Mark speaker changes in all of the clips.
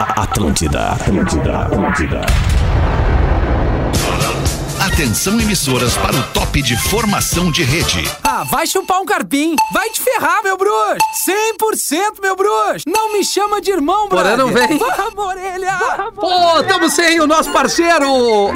Speaker 1: Atlântida, Atlântida, Atlântida.
Speaker 2: Atenção emissoras para o top de formação de rede.
Speaker 3: Ah, vai chupar um carpim. Vai te ferrar, meu bruxo. 100%, meu bruxo. Não me chama de irmão,
Speaker 4: Porã
Speaker 3: brother.
Speaker 4: não vem.
Speaker 3: Vamos, orelha.
Speaker 4: Pô, estamos sem o nosso parceiro,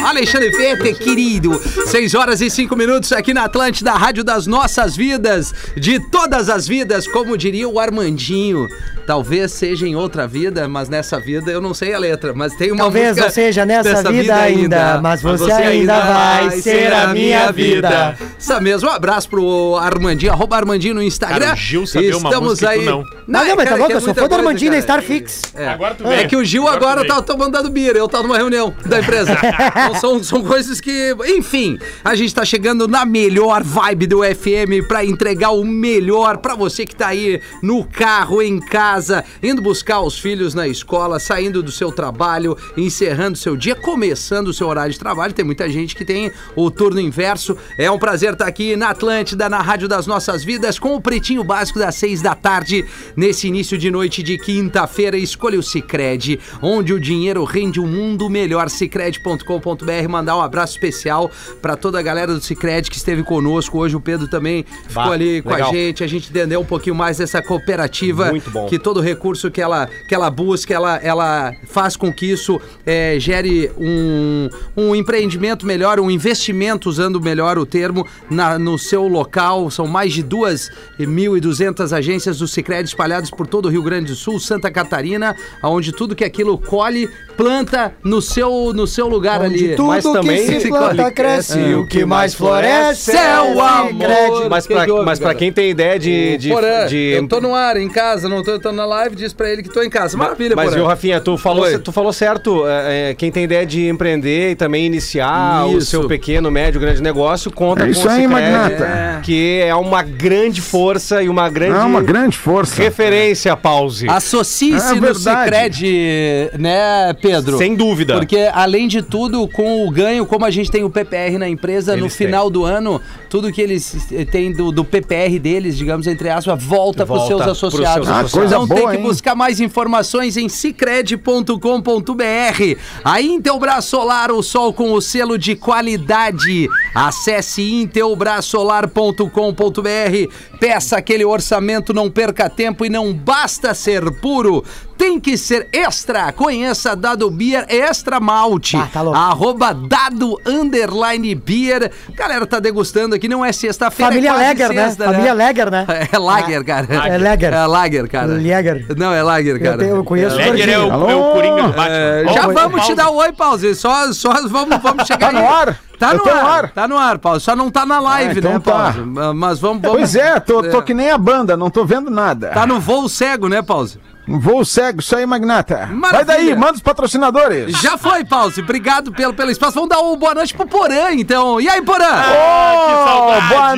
Speaker 4: Alexandre Fete, querido. Seis horas e cinco minutos aqui na Atlântida, a Rádio das Nossas Vidas, de todas as vidas, como diria o Armandinho. Talvez seja em outra vida, mas nessa vida eu não sei a letra, mas tem uma
Speaker 5: Talvez
Speaker 4: música
Speaker 5: eu seja nessa
Speaker 4: dessa
Speaker 5: vida ainda, mas você ainda vai ser a minha vida.
Speaker 4: Isso mesmo, um abraço pro Armandinho, arroba Armandinho no Instagram.
Speaker 6: Cara, o Gil sabia uma música e tu não.
Speaker 5: Não, não, mas tá
Speaker 4: cara,
Speaker 5: louco,
Speaker 4: que é
Speaker 5: eu sou
Speaker 4: muita
Speaker 5: fã do
Speaker 4: coisa,
Speaker 5: Armandinho,
Speaker 4: cara.
Speaker 5: Starfix.
Speaker 4: É.
Speaker 6: Agora tu
Speaker 4: É
Speaker 6: veio.
Speaker 4: que o Gil
Speaker 6: Agora tu
Speaker 4: agora
Speaker 6: veio.
Speaker 4: tá, tá mandando bira, eu tava numa reunião da empresa. então são, são coisas que. Enfim, a gente tá chegando na melhor vibe do FM pra entregar o melhor pra você que tá aí no carro, em casa, indo buscar os filhos na escola, saindo do seu trabalho, encerrando seu dia, começando o seu horário de trabalho. Tem muita gente que tem o turno inverso. É um prazer estar aqui na Atlântida, na Rádio das Nossas Vidas, com o Pretinho Básico das seis da tarde, nesse início de noite de quinta-feira. Escolha o Cicred, onde o dinheiro rende um mundo melhor. Cicred.com.br. Mandar um abraço especial para toda a galera do Cicred que esteve conosco hoje. O Pedro também ficou
Speaker 6: Bah,
Speaker 4: ali com a
Speaker 6: legal.
Speaker 4: gente. A gente entendeu um pouquinho mais dessa cooperativa.
Speaker 6: Muito bom.
Speaker 4: Que todo recurso que ela, que ela busca, ela, ela faz com que isso eh, gere um, um empreendimento melhor, um investimento, usando melhor o termo, na, no seu local. São mais de 2.200 agências do Cicred espalhadas por todo o Rio Grande do Sul, Santa Catarina, onde tudo que aquilo colhe, planta no seu, no seu lugar ali.
Speaker 5: Onde tudo
Speaker 7: Mas também-
Speaker 5: que se planta cresce,
Speaker 4: É.
Speaker 5: e o que mais floresce
Speaker 4: É o
Speaker 5: Cicred.
Speaker 4: amor.
Speaker 7: Mas
Speaker 4: Que
Speaker 7: pra,
Speaker 4: que houve,
Speaker 7: mas pra
Speaker 4: cara?
Speaker 7: quem tem ideia é de. de,
Speaker 4: Porã,
Speaker 7: de-
Speaker 4: eu tô no ar, em casa, não tô, tô na live, diz pra ele que tô em casa. Maravilha,
Speaker 7: Mas
Speaker 4: Porã.
Speaker 7: viu, Rafinha, tu falou,
Speaker 4: Oi.
Speaker 7: tu falou certo. é, é, quem tem ideia de empreender e também iniciar o
Speaker 4: Isso.
Speaker 7: seu pequeno, médio, grande negócio, conta
Speaker 8: É isso
Speaker 7: com o
Speaker 8: aí,
Speaker 7: Sicredi,
Speaker 8: magnata.
Speaker 7: é, que é uma grande força e uma grande,
Speaker 8: É uma grande força.
Speaker 7: referência, pause.
Speaker 4: Associe-se
Speaker 8: É
Speaker 4: no
Speaker 8: verdade.
Speaker 4: Cicred, né, Pedro?
Speaker 7: Sem dúvida.
Speaker 4: Porque, além de tudo, com o ganho, como a gente tem o PPR na empresa, no
Speaker 7: Eles têm.
Speaker 4: final do ano, tudo que eles eh, têm do, do PPR deles, digamos, entre aspas, volta, para os
Speaker 7: Volta
Speaker 4: seus
Speaker 7: pros seus
Speaker 4: associados.
Speaker 7: associados.
Speaker 8: Ah, coisa
Speaker 4: então tem
Speaker 8: boa,
Speaker 4: que
Speaker 8: hein?
Speaker 4: buscar mais informações em cicred.com.br. A Intelbras Solar, o sol com o selo de qualidade. Acesse intelbrasolar.com.br. Peça aquele orçamento, não perca tempo e não basta ser puro. Tem que ser extra. Conheça a Dado Beer Extra Malte.
Speaker 5: Ah, tá louco.
Speaker 4: Arroba Dado Underline Beer. Galera, tá degustando aqui. Não é sexta-feira.
Speaker 5: Família
Speaker 4: é quase
Speaker 5: Lager, né?
Speaker 4: sexta,
Speaker 5: Família Lager, né?
Speaker 4: É
Speaker 8: Ah,
Speaker 4: Lager, cara.
Speaker 5: É Lager.
Speaker 4: É Lager, cara.
Speaker 5: Lager.
Speaker 4: Não, é Lager,
Speaker 5: Eu,
Speaker 4: cara.
Speaker 5: tenho, eu conheço o
Speaker 6: Ledger é o,
Speaker 5: Gordinho.
Speaker 6: é o
Speaker 8: Alô?
Speaker 6: Coringa do Batman.
Speaker 4: É,
Speaker 6: Ó,
Speaker 4: já
Speaker 6: o
Speaker 4: vamos te
Speaker 6: Paulo.
Speaker 4: dar o oi, Pause. Só, só vamos, vamos chegar
Speaker 8: Tá no
Speaker 4: aí.
Speaker 8: ar?
Speaker 4: Tá
Speaker 8: Eu
Speaker 4: no
Speaker 8: tô no
Speaker 4: ar.
Speaker 8: ar.
Speaker 4: Tá no ar, Pause. Só não tá na live,
Speaker 8: Ah, então
Speaker 4: né,
Speaker 8: tá.
Speaker 4: Pause? Mas vamos, vamos.
Speaker 8: Pois é, tô, tô que nem a banda, não tô vendo nada. Um
Speaker 4: Tá no voo cego, né, Pause?
Speaker 8: Voo cego, isso aí, magnata.
Speaker 4: Maravilha.
Speaker 8: Vai daí, manda os patrocinadores.
Speaker 4: Já foi, Pause. Obrigado pelo, pelo espaço. Vamos dar o boa noite pro Porã, então. E aí, Porã?
Speaker 8: Ah, Ô,
Speaker 6: saudade.
Speaker 8: boa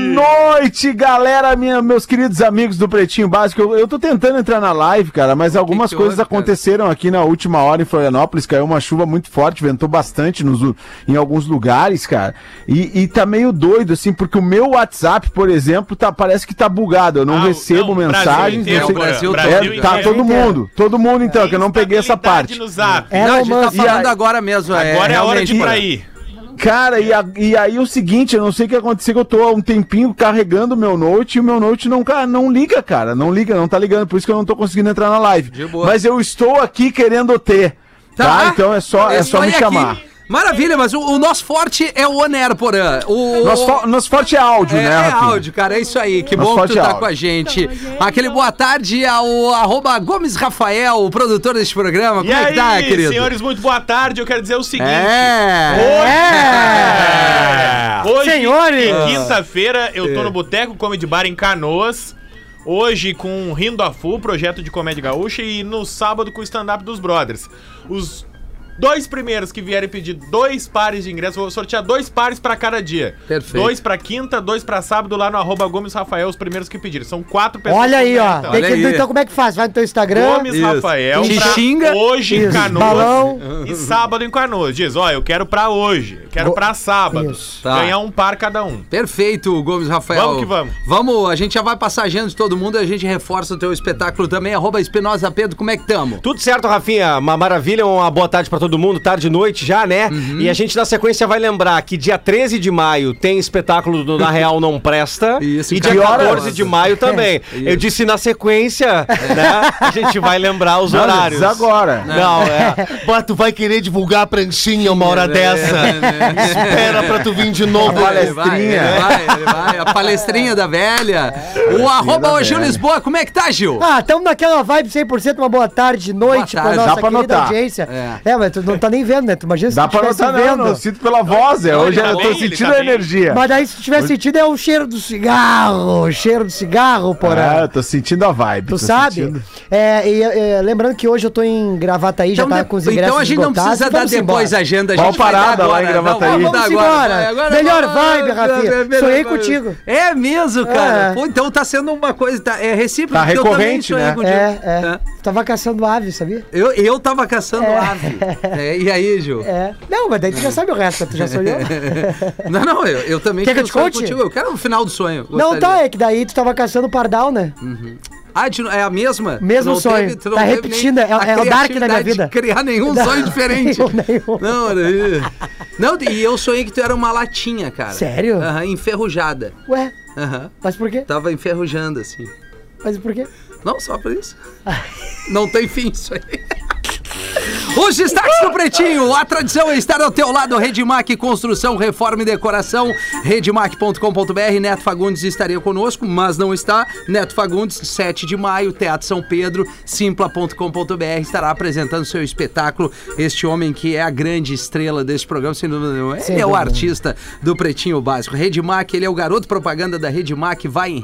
Speaker 8: noite, galera, minha- meus queridos amigos do Pretinho Básico. Eu, eu tô tentando entrar na live, cara, mas algumas
Speaker 4: que
Speaker 8: coisas
Speaker 4: houve, cara?
Speaker 8: aconteceram aqui na última hora em Florianópolis. Caiu uma chuva muito forte, ventou bastante nos- em alguns lugares, cara. E, e tá meio doido, assim, porque o meu WhatsApp, por exemplo, tá, parece que tá bugado. Eu não
Speaker 6: Ah, o-
Speaker 8: recebo
Speaker 6: não, o Brasil
Speaker 8: mensagens.
Speaker 6: inteiro,
Speaker 8: não sei-
Speaker 4: Porã. Brasil
Speaker 8: É,
Speaker 4: Brasil
Speaker 8: tá
Speaker 6: inteiro. É
Speaker 8: todo mundo, todo mundo então, que eu não peguei essa parte.
Speaker 6: No zap.
Speaker 5: É,
Speaker 4: não, a gente tá
Speaker 5: romance.
Speaker 4: falando agora mesmo.
Speaker 6: Agora é, a hora de ir
Speaker 4: realmente,
Speaker 6: pra
Speaker 4: Porã.
Speaker 6: ir.
Speaker 8: Cara, e, a- e aí o seguinte, eu não sei o que aconteceu, que eu tô há um tempinho carregando o meu note e o meu note não, ca- não liga, cara. Não liga, não tá ligando, por isso que eu não tô conseguindo entrar na live.
Speaker 4: De boa.
Speaker 8: Mas eu estou aqui querendo ter. Tá? Então é só, é só me
Speaker 4: ir aqui.
Speaker 8: chamar.
Speaker 4: Maravilha, mas o, o nosso forte é o Oner, Porã. O,
Speaker 8: Nosso, fo- nosso forte é áudio,
Speaker 4: É,
Speaker 8: né,
Speaker 4: é
Speaker 8: Rafinha?
Speaker 4: áudio, cara. É isso aí. Que
Speaker 8: Mas
Speaker 4: bom que
Speaker 8: forte
Speaker 4: tu tá
Speaker 8: áudio.
Speaker 4: com a gente. Aquele boa tarde ao arroba Gomes Rafael, o produtor deste programa.
Speaker 6: E
Speaker 4: Como é
Speaker 6: aí,
Speaker 4: que tá, querido?
Speaker 6: senhores, muito boa tarde. Eu quero dizer o seguinte.
Speaker 4: É.
Speaker 6: É. Hoje,
Speaker 5: Senhores!
Speaker 6: em quinta-feira, eu tô no Boteco Comedy Bar em Canoas. Hoje com Rindo a Full, projeto de comédia gaúcha. E no sábado com o stand-up dos brothers. Os Dois primeiros que vierem pedir dois pares de ingressos, vou sortear dois pares pra cada dia.
Speaker 4: Perfeito.
Speaker 6: Dois pra quinta, dois pra sábado, lá no arroba Gomes Rafael, os primeiros que pedirem. São quatro pessoas.
Speaker 5: Olha aí,
Speaker 6: que
Speaker 5: ó.
Speaker 6: vieram,
Speaker 5: Tem
Speaker 4: Olha
Speaker 5: que-
Speaker 4: aí.
Speaker 5: Então como é que faz? Vai no teu Instagram.
Speaker 6: Gomes Rafael,
Speaker 5: Te
Speaker 6: pra
Speaker 4: xinga.
Speaker 6: hoje em
Speaker 5: Isso,
Speaker 6: Canoas
Speaker 5: balão.
Speaker 6: e sábado em Canoas. Diz, ó, eu quero pra hoje, eu quero
Speaker 5: Go-
Speaker 6: pra sábado.
Speaker 5: Isso.
Speaker 4: Tá.
Speaker 6: Ganhar um par cada um.
Speaker 4: Perfeito, Gomes Rafael.
Speaker 6: Vamos que vamos.
Speaker 4: Vamos, a gente já vai passar a agenda de todo mundo, a gente reforça o teu espetáculo também. Arroba Espinosa Pedro, como é que tamo?
Speaker 7: Tudo certo, Rafinha? Uma maravilha, uma boa tarde pra todo mundo, tarde e noite já, né?
Speaker 9: Uhum.
Speaker 7: E a gente na sequência vai lembrar que dia 13 de maio tem espetáculo do Na Real Não Presta
Speaker 4: Isso,
Speaker 7: e dia
Speaker 4: que horas?
Speaker 7: 14 de maio também. Eu disse na sequência, né? A gente vai lembrar os
Speaker 8: Não,
Speaker 7: horários.
Speaker 8: diz agora.
Speaker 7: Não, é.
Speaker 9: Pô, tu vai querer divulgar a pranchinha uma hora dessa. Espera pra tu vir de novo.
Speaker 4: Ele É. vai, ele
Speaker 8: palestrinha.
Speaker 4: vai, ele vai. A palestrinha da velha. O arroba
Speaker 8: da
Speaker 4: hoje Gil
Speaker 8: velha.
Speaker 4: Lisboa, como é que tá, Gil?
Speaker 5: Ah, estamos naquela vibe 100%, uma boa tarde,
Speaker 4: Boa
Speaker 5: noite, pra
Speaker 4: tarde.
Speaker 5: nossa
Speaker 8: Dá pra
Speaker 5: querida
Speaker 8: notar.
Speaker 5: audiência.
Speaker 4: É.
Speaker 5: É. mas tu não tá nem vendo, né? Tu imagina se
Speaker 8: Dá
Speaker 5: tu
Speaker 8: pra
Speaker 5: estivesse
Speaker 8: notar, não, não. Eu sinto pela voz. É. Hoje
Speaker 6: tá
Speaker 8: eu tô
Speaker 6: bem, ele
Speaker 8: sentindo
Speaker 6: tá
Speaker 8: a
Speaker 6: bem.
Speaker 8: energia.
Speaker 5: Mas daí se tu tiver sentido é o cheiro do cigarro, o cheiro do cigarro,
Speaker 8: Ah, eu
Speaker 5: porra.
Speaker 8: tô sentindo a vibe.
Speaker 5: Tu
Speaker 8: tô
Speaker 5: sabe?
Speaker 8: sentindo.
Speaker 5: É, e, é, lembrando que hoje eu tô em Gravataí, já tá
Speaker 4: de-
Speaker 5: com os ingressos
Speaker 4: então a gente não
Speaker 5: esgotados,
Speaker 4: precisa dar
Speaker 5: vamos
Speaker 4: depois
Speaker 5: embora.
Speaker 4: a agenda, a
Speaker 8: Qual
Speaker 4: gente vai dar
Speaker 8: parada lá em
Speaker 4: agora.
Speaker 8: Gravataí?
Speaker 4: Não,
Speaker 5: Vamos
Speaker 4: agora,
Speaker 5: embora.
Speaker 4: vai, agora
Speaker 5: Melhor
Speaker 4: vamos.
Speaker 5: vibe, Rafinha.
Speaker 4: Melhor
Speaker 5: Sonhei
Speaker 4: vibe.
Speaker 5: contigo.
Speaker 4: É mesmo, cara.
Speaker 5: É.
Speaker 4: Pô, então tá sendo uma coisa, tá, é recíproco.
Speaker 8: Tá
Speaker 4: porque eu também
Speaker 8: recorrente,
Speaker 4: sonhei
Speaker 8: né?
Speaker 4: contigo. Tá?
Speaker 5: É, é. Tava caçando ave, sabia?
Speaker 4: Eu, eu tava caçando ave. É, e aí, Gil?
Speaker 5: É. Não, mas daí tu já sabe o resto, né? tu já sonhou.
Speaker 4: Não, não, eu, eu também
Speaker 5: Quer que
Speaker 4: tinha
Speaker 5: eu
Speaker 4: um
Speaker 5: te
Speaker 4: sonho
Speaker 5: conte?
Speaker 4: Eu quero o final do sonho.
Speaker 5: não,
Speaker 4: gostaria.
Speaker 5: tá, é que daí tu tava caçando pardal, né?
Speaker 4: Ah, de- é a mesma?
Speaker 5: Mesmo sonho.
Speaker 4: tu não
Speaker 5: Tá
Speaker 4: teve nem
Speaker 5: repetindo, é-
Speaker 4: a
Speaker 5: é o Dark da minha
Speaker 4: criatividade de
Speaker 5: vida.
Speaker 4: criar nenhum
Speaker 5: Não,
Speaker 4: sonho diferente.
Speaker 5: nenhum, nenhum.
Speaker 4: Não, olha aí. não, e eu sonhei que tu era uma latinha, cara.
Speaker 5: Sério?
Speaker 4: Aham, enferrujada.
Speaker 5: Ué,
Speaker 4: Aham.
Speaker 5: mas por quê?
Speaker 4: Tava enferrujando, assim.
Speaker 5: Mas por quê?
Speaker 4: Não, só por isso. Não tem fim isso aí. Os destaques do Pretinho, a tradição é estar ao teu lado, Redmac Construção, Reforma e Decoração, redmac.com.br, Neto Fagundes estaria conosco, mas não está, Neto Fagundes, 7 de maio, Teatro São Pedro, simpla.com.br, estará apresentando seu espetáculo, este homem que é a grande estrela desse programa, sem dúvida nenhuma, ele
Speaker 5: Sem
Speaker 4: é o
Speaker 5: dúvida.
Speaker 4: artista do Pretinho Básico, Redmac, ele é o garoto propaganda da Redmac, vai em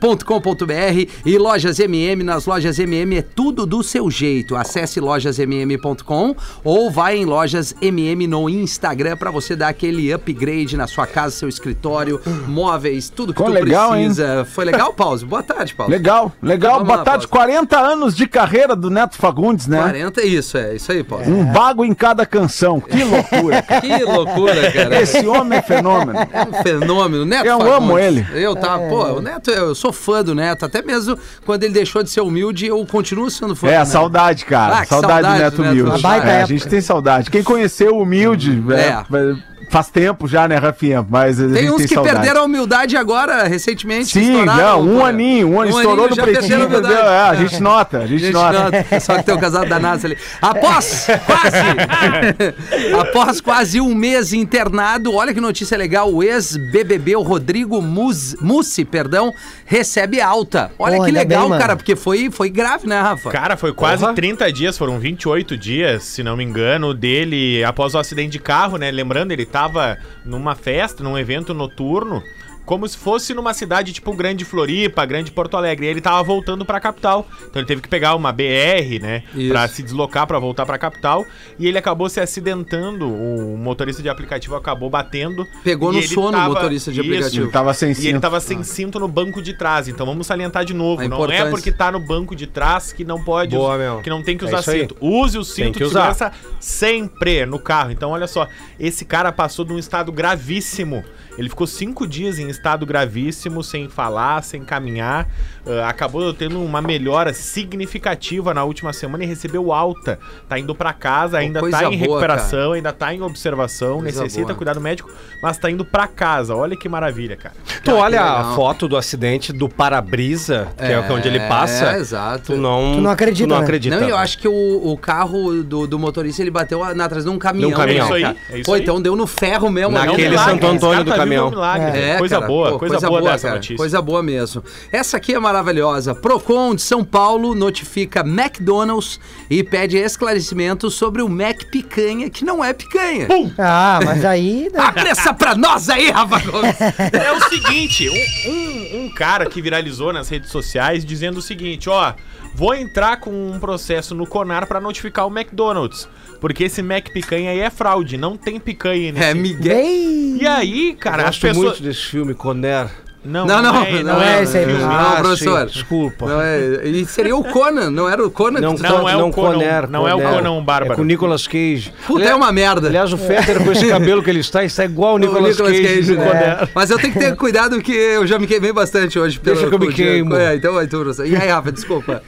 Speaker 4: redmac.com.br e Lojas MM, nas Lojas MM é tudo do seu jeito, acesse lojasmm.com ou vai em Lojas MM no Instagram pra você dar aquele upgrade na sua casa, seu escritório, móveis, tudo que
Speaker 8: Pô,
Speaker 4: tu
Speaker 8: legal, hein?
Speaker 4: precisa. Foi legal, Paulo? Boa tarde, Paulo.
Speaker 8: Legal, legal.
Speaker 4: Vamos
Speaker 8: Boa
Speaker 4: lá,
Speaker 8: tarde.
Speaker 4: Paulo.
Speaker 8: 40 anos de carreira do Neto Fagundes, né?
Speaker 4: 40 é isso, é isso aí, Paulo.
Speaker 8: Um bago em cada canção. Que loucura, cara.
Speaker 4: Que loucura, cara.
Speaker 8: É. Esse homem é fenômeno.
Speaker 4: um fenômeno, Neto.
Speaker 8: Eu
Speaker 4: Fagundes.
Speaker 8: amo ele.
Speaker 4: Eu tá,
Speaker 5: É.
Speaker 4: pô, o Neto, eu sou fã do Neto, até mesmo quando ele deixou de ser humilde, eu continuo sendo fã.
Speaker 8: É,
Speaker 4: do
Speaker 8: a
Speaker 4: Neto.
Speaker 8: saudade, cara.
Speaker 4: né? Ah, que
Speaker 8: saudade,
Speaker 4: saudade
Speaker 8: do
Speaker 4: do
Speaker 8: Neto
Speaker 4: Neto
Speaker 8: Humilde.
Speaker 4: Humilde.
Speaker 5: Baita
Speaker 8: É, a
Speaker 5: época.
Speaker 8: gente tem saudade. Quem conheceu o Humilde é, faz tempo já, né, Rafinha? Mas a
Speaker 4: Tem
Speaker 8: gente
Speaker 4: uns que
Speaker 8: saudade.
Speaker 4: perderam a humildade agora, recentemente. que
Speaker 8: Sim,
Speaker 4: estouraram,
Speaker 8: não, um
Speaker 4: pô.
Speaker 8: aninho, um aninho,
Speaker 4: Um
Speaker 8: estourou do
Speaker 4: já
Speaker 8: pretinho,
Speaker 4: perderam a
Speaker 8: entendeu?
Speaker 4: humildade.
Speaker 8: É, a gente nota, a gente,
Speaker 4: Gente,
Speaker 8: nota.
Speaker 4: nota. Só que tem o casal da NASA ali. Após quase, após quase um mês internado, olha que notícia legal, o ex-BBB, o Rodrigo Mus- Mussi, perdão, recebe alta. Olha
Speaker 5: Pô,
Speaker 4: que
Speaker 5: ainda
Speaker 4: legal,
Speaker 5: bem, mano.
Speaker 4: cara, porque foi, foi grave, né, Rafa?
Speaker 6: Cara, foi quase
Speaker 4: Porra.
Speaker 6: 30 dias, foram 28 dias, se não me engano, dele após o acidente de carro, né? Lembrando, ele tava numa festa, num evento noturno, como se fosse numa cidade tipo Grande Floripa, Grande Porto Alegre. E ele tava voltando pra capital. Então ele teve que pegar uma BR, né?
Speaker 4: Isso.
Speaker 6: Pra se deslocar pra voltar pra capital. E ele acabou se acidentando. O motorista de aplicativo acabou batendo.
Speaker 4: Pegou
Speaker 6: E
Speaker 4: no
Speaker 6: ele
Speaker 4: sono o motorista de
Speaker 6: Isso,
Speaker 4: aplicativo.
Speaker 8: Ele tava sem
Speaker 6: e ele
Speaker 8: cinto.
Speaker 6: tava sem cinto no banco de trás, então vamos salientar de novo.
Speaker 4: ah. A
Speaker 6: não é
Speaker 4: importância.
Speaker 6: porque tá no banco de trás que não pode.
Speaker 7: Boa,
Speaker 6: us-
Speaker 7: meu.
Speaker 6: Que não tem que
Speaker 7: É
Speaker 6: usar
Speaker 7: isso aí.
Speaker 6: cinto. Use o
Speaker 7: Tem
Speaker 6: cinto
Speaker 7: que
Speaker 6: de
Speaker 7: usar.
Speaker 6: segurança sempre no carro. Então, olha só, esse cara passou de um estado gravíssimo. Ele ficou cinco dias em estado gravíssimo, sem falar, sem caminhar. Ah, acabou tendo uma melhora significativa na última semana e recebeu alta. Tá indo pra casa, ainda
Speaker 4: coisa
Speaker 6: tá em
Speaker 4: boa, cara.
Speaker 6: recuperação, ainda tá em observação,
Speaker 4: Coisa
Speaker 6: necessita
Speaker 4: boa.
Speaker 6: cuidado médico, mas tá indo pra casa. Olha que maravilha, cara.
Speaker 7: Tu olha a
Speaker 4: legal.
Speaker 7: foto do acidente do para-brisa, que é, onde ele
Speaker 4: É,
Speaker 7: passa.
Speaker 4: exato.
Speaker 7: Tu não,
Speaker 5: Tu não acredita,
Speaker 7: Tu não
Speaker 5: né?
Speaker 7: acredita.
Speaker 4: Não, e eu acho que o, o carro do, do motorista ele bateu a- na atrás de um caminhão.
Speaker 7: De um caminhão.
Speaker 6: É isso
Speaker 4: né,
Speaker 6: aí,
Speaker 4: cara?
Speaker 6: é isso
Speaker 4: Pô,
Speaker 6: aí.
Speaker 4: então deu no ferro mesmo. né?
Speaker 6: É um
Speaker 7: Naquele
Speaker 6: milagre,
Speaker 7: Santo
Speaker 6: esse cara
Speaker 7: Antônio do
Speaker 6: tá vivo,
Speaker 7: caminhão.
Speaker 6: é um milagre.
Speaker 4: É,
Speaker 6: coisa
Speaker 4: cara,
Speaker 6: boa,
Speaker 4: pô,
Speaker 6: coisa, boa, dessa
Speaker 4: cara,
Speaker 6: notícia.
Speaker 4: Coisa boa mesmo. Essa aqui é maravilhosa. Procon de São Paulo notifica McDonald's e pede esclarecimento sobre o Mac Picanha, que não é picanha.
Speaker 5: Ah, mas aí. né?
Speaker 4: Abre essa pra nós aí, Rafa Gomes.
Speaker 6: É o seguinte, um, um- um cara que viralizou nas redes sociais dizendo o seguinte, ó, Vou entrar com um processo no Conar pra notificar o McDonald's. Porque esse Mac picanha aí é fraude, não tem picanha nesse.
Speaker 4: É, Miguel.
Speaker 6: E aí, cara, as
Speaker 7: Gosto
Speaker 6: pessoas.
Speaker 7: muito desse filme, Conner. Ah,
Speaker 6: Não,
Speaker 4: Não, não,
Speaker 5: Não é esse aí,
Speaker 6: filme.
Speaker 5: professor.
Speaker 4: Não, professor.
Speaker 7: Desculpa.
Speaker 4: Não é, e seria o Conan, não era o Conan?
Speaker 7: Não,
Speaker 4: que...
Speaker 6: Não
Speaker 7: Con-
Speaker 6: é o Conan, não é o Conan Bárbaro.
Speaker 7: É com o Nicolas Cage.
Speaker 4: Puta, é uma merda.
Speaker 7: Aliás, o Fetter com esse cabelo que ele está, está igual o Nicolas, Cage. no Conan.
Speaker 4: né? Mas eu tenho que ter cuidado que eu já me queimei bastante hoje. pelo-
Speaker 7: Deixa que eu me
Speaker 4: com o dia-
Speaker 7: queimo.
Speaker 4: É, então, vai, então, professor. E aí, Rafa, desculpa.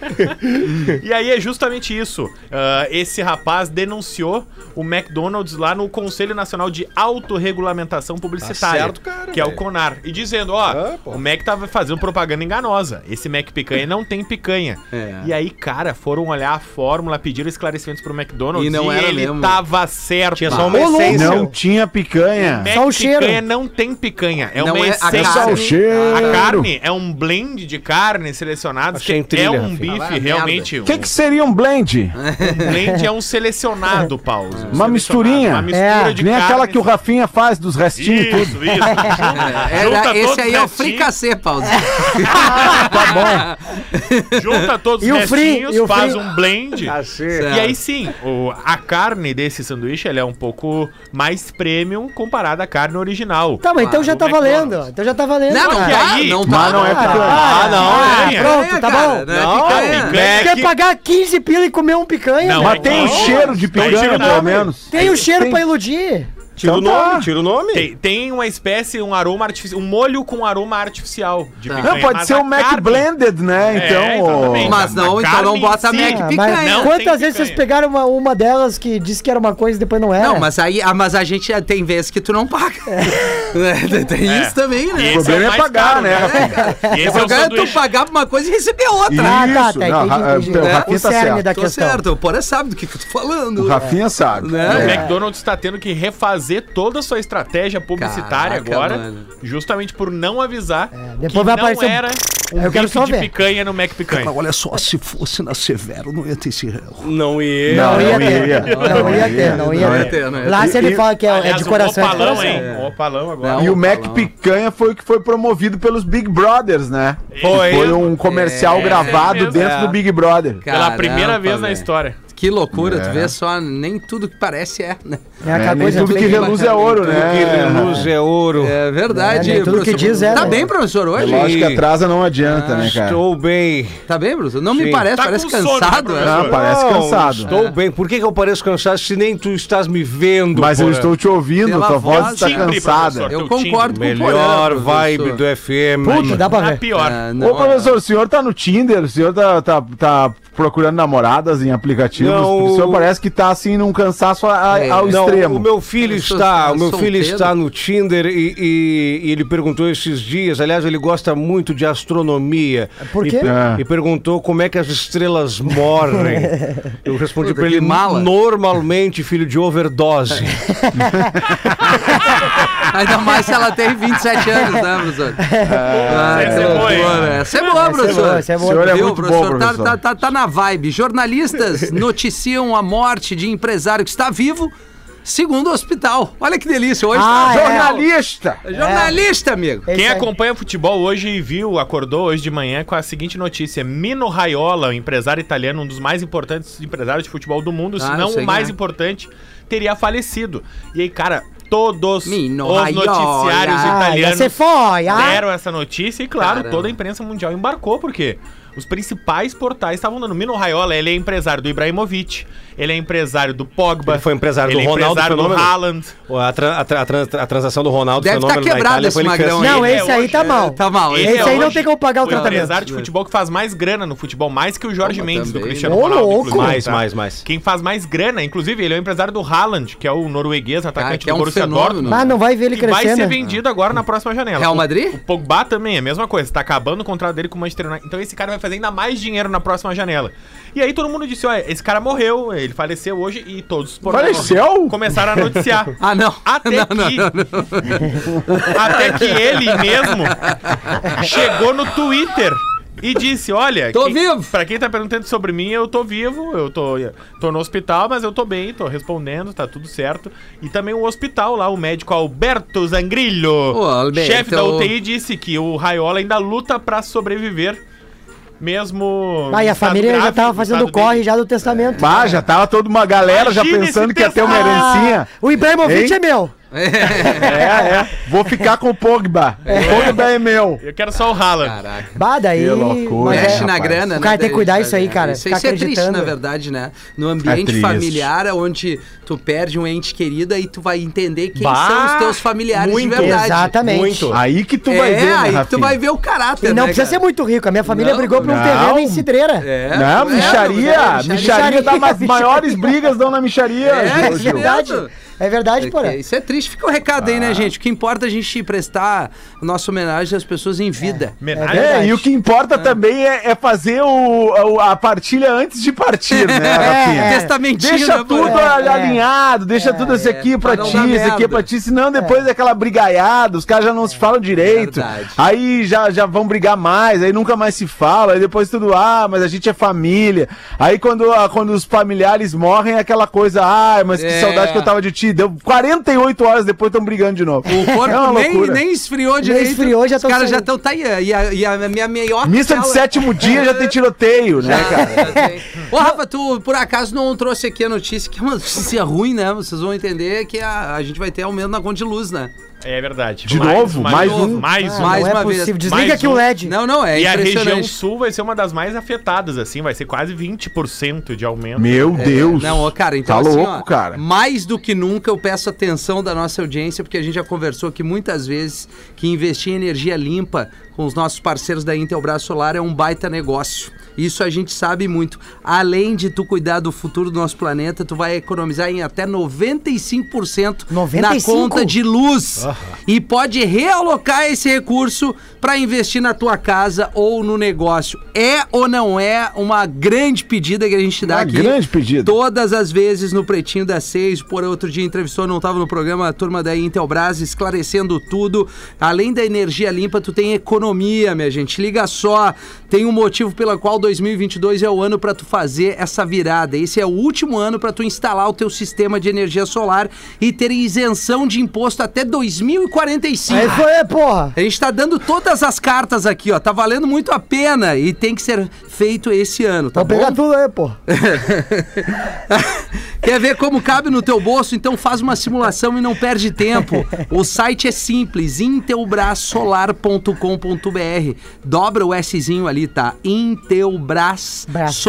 Speaker 6: E aí é justamente isso. Ah, esse rapaz denunciou o McDonald's lá no Conselho Nacional de Autorregulamentação Publicitária,
Speaker 7: Tá certo, cara,
Speaker 6: que é o
Speaker 7: velho.
Speaker 6: CONAR, e dizendo, ó,
Speaker 7: Ah, pô.
Speaker 6: o Mac tava fazendo propaganda enganosa. Esse Mac picanha não tem picanha.
Speaker 4: É.
Speaker 6: E aí, cara, foram olhar a fórmula, pediram esclarecimentos pro McDonald's
Speaker 4: E não era
Speaker 6: ele
Speaker 4: mesmo.
Speaker 6: tava certo.
Speaker 7: Tinha só uma
Speaker 5: Ô, louco.
Speaker 7: essência.
Speaker 8: Não tinha picanha.
Speaker 6: Mac
Speaker 5: Só o cheiro.
Speaker 6: picanha não tem picanha, é
Speaker 4: Não
Speaker 6: uma
Speaker 4: é a
Speaker 6: essência.
Speaker 4: carne.
Speaker 8: Só o cheiro.
Speaker 6: A carne é um blend de carnes selecionadas,
Speaker 7: Achei
Speaker 6: que é
Speaker 7: trilha,
Speaker 6: um
Speaker 7: filho.
Speaker 6: bife
Speaker 4: Ah, vai a
Speaker 6: realmente.
Speaker 8: O que, que seria um blend?
Speaker 6: Um blend é um selecionado, Paulo.
Speaker 8: Uma misturinha.
Speaker 6: Uma mistura
Speaker 5: É,
Speaker 6: de
Speaker 8: Nem aquela que o
Speaker 6: carnes.
Speaker 8: Rafinha faz dos restinhos e
Speaker 6: Isso,
Speaker 8: tudo.
Speaker 6: isso.
Speaker 4: Era-
Speaker 6: Junta
Speaker 4: esse
Speaker 6: todos
Speaker 4: aí é o
Speaker 6: retinho.
Speaker 4: fricassê, Paulo.
Speaker 6: Junta todos
Speaker 5: E o
Speaker 6: os
Speaker 5: free,
Speaker 6: restinhos,
Speaker 5: e o
Speaker 6: faz
Speaker 5: free.
Speaker 6: um blend.
Speaker 4: Ah, tá.
Speaker 6: E aí sim, o- a carne desse sanduíche ela é um pouco mais premium comparada à carne original.
Speaker 5: Tá, mas então já tá
Speaker 6: McDonald's.
Speaker 5: valendo. Então já tá valendo.
Speaker 4: Não, não
Speaker 6: Só que
Speaker 4: tá,
Speaker 6: aí-
Speaker 4: não tá.
Speaker 8: Mas não é picanha.
Speaker 5: Ah,
Speaker 6: não, é.
Speaker 5: pronto, tá bom.
Speaker 4: Não, é picanha.
Speaker 6: picanha.
Speaker 5: Tu Quer pagar 15 pila e comer um picanha?
Speaker 6: Não,
Speaker 5: velho?
Speaker 8: Mas tem o
Speaker 6: Não,
Speaker 8: cheiro de
Speaker 6: não tem
Speaker 8: picanha,
Speaker 6: cheiro
Speaker 8: pelo
Speaker 6: não.
Speaker 8: menos.
Speaker 5: Tem o cheiro pra iludir.
Speaker 7: Tira o
Speaker 8: Então
Speaker 7: nome,
Speaker 8: tá.
Speaker 7: tira o nome.
Speaker 6: Tem, tem uma espécie, um aroma artificial, um molho com aroma artificial de
Speaker 4: Tá.
Speaker 8: Não, pode
Speaker 6: mas
Speaker 8: ser
Speaker 6: a
Speaker 8: o Mac
Speaker 6: carne-
Speaker 8: Blended, né?
Speaker 6: É,
Speaker 8: então,
Speaker 6: exatamente.
Speaker 8: ó,
Speaker 4: Mas não,
Speaker 6: A
Speaker 4: então não
Speaker 6: carne
Speaker 4: bota
Speaker 6: em si.
Speaker 4: Mac
Speaker 5: Ah,
Speaker 4: picanha.
Speaker 5: mas
Speaker 6: Não tem
Speaker 5: quantas vezes vocês
Speaker 6: picanha.
Speaker 5: pegaram uma, uma delas que disse que era uma coisa e depois não era?
Speaker 4: Não, mas aí ah, mas a gente já tem vezes que tu não paga. É, tem
Speaker 6: É.
Speaker 4: isso também,
Speaker 6: E
Speaker 4: né?
Speaker 6: esse
Speaker 8: O problema é
Speaker 6: mais
Speaker 8: pagar,
Speaker 6: caro,
Speaker 8: né,
Speaker 6: E
Speaker 4: O
Speaker 6: esse é o
Speaker 4: problema é tu
Speaker 6: sanduíche.
Speaker 4: pagar pra uma coisa e receber outra.
Speaker 8: E-
Speaker 5: Ah, tá,
Speaker 8: Isso,
Speaker 5: tá,
Speaker 8: não,
Speaker 5: entendi,
Speaker 8: Ra-
Speaker 5: entendi.
Speaker 8: o
Speaker 5: O
Speaker 8: Rafinha tá
Speaker 5: cerne
Speaker 8: certo.
Speaker 5: da
Speaker 4: Tô
Speaker 5: questão.
Speaker 4: certo, o Poré sabe do que, que eu tô falando.
Speaker 8: o Rafinha sabe.
Speaker 4: Né?
Speaker 6: O
Speaker 8: É.
Speaker 6: McDonald's está tendo que refazer toda a sua estratégia publicitária
Speaker 4: Caraca,
Speaker 6: agora,
Speaker 4: mano.
Speaker 6: justamente por não avisar
Speaker 5: depois
Speaker 6: que
Speaker 5: vai
Speaker 6: não
Speaker 5: aparecer um-
Speaker 6: era um
Speaker 5: Eu quero
Speaker 6: bife
Speaker 5: só
Speaker 6: de
Speaker 5: ver.
Speaker 6: picanha no Mac Picanha.
Speaker 2: Olha só, se fosse na Severo, não ia ter esse erro.
Speaker 7: Não ia.
Speaker 5: Não,
Speaker 8: É. Não,
Speaker 5: ia
Speaker 8: não
Speaker 5: ter.
Speaker 8: ia.
Speaker 5: Não ia ter, não ia
Speaker 4: É.
Speaker 8: é.
Speaker 4: Não ia
Speaker 5: ter.
Speaker 4: ter, não ia
Speaker 5: Lá
Speaker 4: ter.
Speaker 5: se ele fala que é, é
Speaker 6: Aliás,
Speaker 5: de coração,
Speaker 6: um
Speaker 5: é de
Speaker 6: opalão,
Speaker 5: coração.
Speaker 6: hein? Um opalão agora.
Speaker 8: E o Mac
Speaker 4: Falou.
Speaker 8: Picanha foi o que foi promovido pelos Big Brothers, né?
Speaker 6: Foi.
Speaker 8: Foi um comercial
Speaker 4: É,
Speaker 8: gravado
Speaker 6: mesmo.
Speaker 8: dentro
Speaker 7: É.
Speaker 8: do Big Brother.
Speaker 6: Pela
Speaker 4: Caramba,
Speaker 6: primeira vez na
Speaker 4: velho.
Speaker 6: história.
Speaker 4: Que loucura, tu vê só, nem tudo que parece é, né?
Speaker 5: É, aquela
Speaker 8: É, nem
Speaker 5: coisa-
Speaker 8: tudo que reluz é ouro,
Speaker 7: Que
Speaker 8: né?
Speaker 7: luz é ouro.
Speaker 4: É verdade,
Speaker 5: É, nem tudo que
Speaker 4: professor.
Speaker 5: diz é,
Speaker 4: Tá
Speaker 5: né?
Speaker 4: bem, professor, hoje?
Speaker 8: Lógico que atrasa não adianta, né, cara?
Speaker 7: Estou bem.
Speaker 4: Tá bem, professor? Não me
Speaker 7: Sim.
Speaker 4: parece,
Speaker 6: Tá
Speaker 4: parece
Speaker 6: com sono, né,
Speaker 4: cansado. né?
Speaker 6: professor?
Speaker 8: Ah, parece
Speaker 7: Não,
Speaker 8: cansado.
Speaker 7: Estou bem. Por que, que eu pareço cansado se nem tu estás me vendo?
Speaker 8: Mas eu
Speaker 7: porra?
Speaker 8: estou te ouvindo,
Speaker 4: Pela
Speaker 8: tua voz
Speaker 4: voz,
Speaker 8: está
Speaker 6: timbre,
Speaker 8: cansada.
Speaker 6: professor.
Speaker 4: Eu
Speaker 6: Teu timbre.
Speaker 4: concordo com o Poré.
Speaker 7: Melhor
Speaker 4: professor.
Speaker 7: vibe do FM.
Speaker 5: Puta, dá pra
Speaker 6: Na
Speaker 5: ver.
Speaker 6: pior.
Speaker 4: Ah, não,
Speaker 8: Ô, professor, o senhor tá no Tinder, o senhor tá, tá, tá procurando namoradas em aplicativos,
Speaker 7: Não,
Speaker 8: o senhor
Speaker 7: o-
Speaker 8: parece que tá assim num cansaço a-
Speaker 4: É.
Speaker 8: ao
Speaker 7: Não,
Speaker 8: extremo.
Speaker 7: o meu filho
Speaker 4: Eu sou-
Speaker 7: está,
Speaker 4: eu
Speaker 7: o meu
Speaker 4: sou
Speaker 7: filho
Speaker 4: solteiro.
Speaker 7: está no Tinder e, e- e ele perguntou esses dias. Aliás, ele gosta muito de astronomia.
Speaker 5: Por
Speaker 7: E
Speaker 5: quê?
Speaker 7: per-
Speaker 8: Ah.
Speaker 7: E, perguntou como é que as estrelas morrem. Eu respondi
Speaker 4: Puta,
Speaker 7: para
Speaker 4: que
Speaker 7: ele
Speaker 4: mala.
Speaker 7: normalmente, filho de overdose.
Speaker 4: Ainda mais se ela tem 27 anos, né, professor? Ah,
Speaker 6: essa é boa, hein?
Speaker 4: Essa é boa, professor.
Speaker 5: essa é
Speaker 8: O senhor é
Speaker 4: Viu,
Speaker 8: muito bom,
Speaker 4: Tá-
Speaker 8: professor.
Speaker 4: Tá, tá- tá na vibe. Jornalistas noticiam a morte de empresário que está vivo, segundo o hospital. Olha que delícia. Hoje
Speaker 5: Ah,
Speaker 4: tá-
Speaker 5: é.
Speaker 8: Jornalista!
Speaker 4: Jornalista, amigo.
Speaker 5: É
Speaker 6: Quem
Speaker 5: isso aí.
Speaker 6: acompanha futebol hoje e viu, acordou hoje de manhã com a seguinte notícia: Mino Raiola, um empresário italiano, um dos mais importantes empresários de futebol do mundo,
Speaker 4: Ah,
Speaker 6: se
Speaker 4: eu
Speaker 6: não
Speaker 4: sei
Speaker 6: o
Speaker 4: quem
Speaker 6: mais
Speaker 4: é.
Speaker 6: importante, teria falecido. E aí, cara, todos
Speaker 4: Mino
Speaker 6: os
Speaker 4: Raiola.
Speaker 6: noticiários
Speaker 4: Ah,
Speaker 6: italianos
Speaker 5: Você foi, ah.
Speaker 6: deram essa notícia e, claro,
Speaker 4: Caramba.
Speaker 6: toda a imprensa mundial embarcou, porque os principais portais estavam dando. Mino Raiola, ele é empresário do Ibrahimovic, ele é empresário do Pogba,
Speaker 7: Ele foi empresário
Speaker 6: ele
Speaker 7: do Ronaldo,
Speaker 6: é empresário do
Speaker 7: fenômeno.
Speaker 6: Haaland.
Speaker 7: A, tra- a tra- a trans- a transação do Ronaldo
Speaker 4: Deve tá
Speaker 7: fenômeno na
Speaker 4: quebrado
Speaker 7: Itália,
Speaker 4: esse
Speaker 7: foi ele que fez-
Speaker 4: magrão
Speaker 5: Não,
Speaker 6: Ele
Speaker 5: esse
Speaker 6: é
Speaker 5: aí
Speaker 6: hoje,
Speaker 5: tá
Speaker 6: é,
Speaker 5: mal.
Speaker 4: Tá mal.
Speaker 5: Esse aí não
Speaker 6: hoje
Speaker 5: tem como pagar o
Speaker 6: o
Speaker 5: tratamento.
Speaker 6: empresário de futebol que faz mais grana no futebol, mais que o Jorge
Speaker 4: Opa,
Speaker 6: Mendes do
Speaker 4: também,
Speaker 6: Cristiano
Speaker 5: né? Ô,
Speaker 6: Ronaldo.
Speaker 5: louco!
Speaker 6: inclusive,
Speaker 7: Mais,
Speaker 6: tá?
Speaker 7: mais, mais.
Speaker 6: Quem faz mais grana, inclusive, ele é o empresário do Haaland, que é o norueguês
Speaker 5: Ah,
Speaker 4: Cara,
Speaker 6: atacante
Speaker 4: que é
Speaker 6: do
Speaker 4: um
Speaker 6: Borussia
Speaker 4: fenômeno.
Speaker 6: Dortmund.
Speaker 5: Mas Ah, não vai ver ele
Speaker 6: Que vai
Speaker 5: crescendo.
Speaker 6: ser vendido agora na próxima janela.
Speaker 4: Real
Speaker 6: O-
Speaker 4: Madrid?
Speaker 6: O Pogba também, é a mesma coisa. Tá acabando o contrato dele com o Manchester United. Então esse cara vai fazer ainda mais dinheiro na próxima janela. E aí todo mundo disse, olha, esse cara morreu, ele faleceu hoje e todos os portais
Speaker 8: Faleceu?
Speaker 6: começaram a noticiar.
Speaker 4: Ah, não.
Speaker 6: Até
Speaker 4: não,
Speaker 6: que,
Speaker 4: não, não, não.
Speaker 6: até que ele mesmo chegou no Twitter e disse: Olha,
Speaker 4: Tô
Speaker 6: quem-
Speaker 4: vivo.
Speaker 6: Pra quem tá perguntando sobre mim, eu tô vivo, eu tô, tô no hospital, mas eu tô bem, tô respondendo, tá tudo certo. E também o hospital lá, o médico Alberto Zangrillo,
Speaker 4: Ô, Alberto.
Speaker 6: chefe da UTI, disse que o Raiola ainda luta pra sobreviver. mesmo.
Speaker 5: Ah, e a
Speaker 6: estado
Speaker 5: família já
Speaker 6: Tá gráfico, tá
Speaker 5: tava
Speaker 6: do
Speaker 5: fazendo
Speaker 6: estado
Speaker 5: o corre
Speaker 6: dele.
Speaker 5: já do testamento. Ah,
Speaker 8: Bah, já tava toda uma galera já
Speaker 6: Imagina
Speaker 8: pensando
Speaker 6: esse
Speaker 8: que ia ter uma
Speaker 6: texto.
Speaker 8: herancinha.
Speaker 5: O Ibrahimovic
Speaker 8: Hein?
Speaker 5: é meu.
Speaker 4: Ah.
Speaker 8: É, é. Vou ficar com o Pogba. O Pogba é meu.
Speaker 6: Eu quero só o Haaland.
Speaker 4: Caraca.
Speaker 5: Bah, daí.
Speaker 8: Que loucura,
Speaker 5: mas é-
Speaker 4: Mexe
Speaker 8: rapaz.
Speaker 4: na grana,
Speaker 5: O cara tem que cuidar
Speaker 4: Daí,
Speaker 5: disso aí, cara.
Speaker 4: Isso, aí-
Speaker 5: Ficar
Speaker 4: isso é triste,
Speaker 5: acreditando.
Speaker 4: na verdade, né? No ambiente
Speaker 8: É triste.
Speaker 4: familiar, onde tu perde um ente querido, aí tu vai entender quem
Speaker 7: Bah,
Speaker 4: são os teus familiares de
Speaker 7: muito.
Speaker 4: verdade.
Speaker 5: Exatamente.
Speaker 7: Muito.
Speaker 8: Aí que tu vai
Speaker 4: é,
Speaker 8: ver, né,
Speaker 4: aí tu
Speaker 8: Rafinha?
Speaker 4: vai ver o caráter,
Speaker 5: E não
Speaker 4: né,
Speaker 5: precisa
Speaker 4: cara?
Speaker 5: ser muito rico. A minha família
Speaker 4: Não,
Speaker 5: brigou por um
Speaker 8: não.
Speaker 5: terreno em Cidreira.
Speaker 4: É,
Speaker 8: Não,
Speaker 4: tu- é,
Speaker 8: micharia.
Speaker 4: não,
Speaker 8: micharia dá umas
Speaker 5: Micharia.
Speaker 8: maiores brigas, dão na micharia.
Speaker 4: É,
Speaker 8: Gil,
Speaker 5: É
Speaker 8: Gil.
Speaker 5: verdade.
Speaker 4: Exato.
Speaker 5: É verdade, porra.
Speaker 4: Isso é triste. Fica o recado aí, né,
Speaker 8: Ah.
Speaker 4: gente? O que importa é a gente prestar nossa homenagem às pessoas em vida.
Speaker 6: Homenagem.
Speaker 8: É,
Speaker 5: verdade.
Speaker 8: e o que importa também é, é fazer o, o- a partilha antes de partir, né, Rafinha?
Speaker 5: É.
Speaker 4: Testamentinho,
Speaker 8: Deixa
Speaker 4: né,
Speaker 8: tudo
Speaker 4: porra?
Speaker 5: É, é.
Speaker 8: alinhado, deixa tudo esse aqui pra
Speaker 4: pra não
Speaker 8: ti,
Speaker 4: dar
Speaker 8: esse aqui
Speaker 4: merda. É,
Speaker 8: pra ti, senão depois é, aquela brigaiada, os caras já não se falam direito,
Speaker 4: Verdade.
Speaker 8: aí já, já vão brigar mais, aí nunca mais se fala, aí depois tudo, ah, mas a gente é família, aí quando, ah, quando os familiares morrem é aquela coisa, ah, mas que
Speaker 4: É.
Speaker 8: saudade que eu tava de ti, deu 48 horas depois estão brigando de novo.
Speaker 4: O corpo
Speaker 8: é uma
Speaker 4: nem,
Speaker 8: loucura.
Speaker 4: nem esfriou direito.
Speaker 5: esfriou, já
Speaker 4: Os
Speaker 5: tão
Speaker 4: caras já
Speaker 5: saindo.
Speaker 4: estão. Tá aí. E a, e a minha é melhor.
Speaker 8: Missa de
Speaker 4: cela-
Speaker 8: sétimo dia já tem tiroteio, né, cara?
Speaker 4: Ô, Rafa, tu por acaso não trouxe aqui a notícia, que é uma notícia ruim, né? Vocês vão entender que a, a gente vai ter aumento na conta de luz, né?
Speaker 6: É verdade.
Speaker 8: De novo?
Speaker 6: Mais
Speaker 8: Mais
Speaker 6: um.
Speaker 8: um?
Speaker 6: Mais um.
Speaker 5: Ah,
Speaker 4: Mais
Speaker 5: não é
Speaker 4: uma vez.
Speaker 5: possível. Desliga
Speaker 6: Mais
Speaker 5: aqui
Speaker 6: um.
Speaker 5: o LED.
Speaker 4: Não, não, é
Speaker 6: E a região
Speaker 4: impressionante.
Speaker 6: sul vai ser uma das mais afetadas, assim, vai ser quase 20% de aumento.
Speaker 8: Meu Deus.
Speaker 4: É, Não, ó, cara, então
Speaker 8: Tá
Speaker 4: assim,
Speaker 8: louco,
Speaker 4: ó,
Speaker 8: cara.
Speaker 4: mais do que nunca eu peço atenção da nossa audiência, porque a gente já conversou aqui muitas vezes que investir em energia limpa com os nossos parceiros da Intelbras Solar é um baita negócio. Isso a gente sabe muito. Além de tu cuidar do futuro do nosso planeta, tu vai economizar em até 95% na
Speaker 5: 95?
Speaker 4: conta de luz.
Speaker 8: Ah.
Speaker 4: E pode realocar esse recurso para investir na tua casa ou no negócio. É ou não é uma grande pedida que a gente dá
Speaker 8: Uma
Speaker 4: aqui?
Speaker 8: grande pedida.
Speaker 4: Todas as vezes no Pretinho das Seis, por outro dia entrevistou, não estava no programa, a turma da Intelbras esclarecendo tudo. Além da energia limpa, tu tem economia, minha gente. Liga só, tem um motivo pela qual 2022 é o ano para tu fazer essa virada. Esse é o último ano para tu instalar o teu sistema de energia solar e ter isenção de imposto até 2045.
Speaker 5: Aí foi, é, porra.
Speaker 4: A gente tá dando todas as cartas aqui, ó. Tá valendo muito a pena e tem que ser feito esse ano, tá
Speaker 5: Vou
Speaker 4: bom?
Speaker 5: pegar tudo aí, porra.
Speaker 4: Quer ver como cabe no teu bolso? Então faz uma simulação e não perde tempo. O site é simples, inteubrasolar.com.br. Dobra o Szinho ali, tá?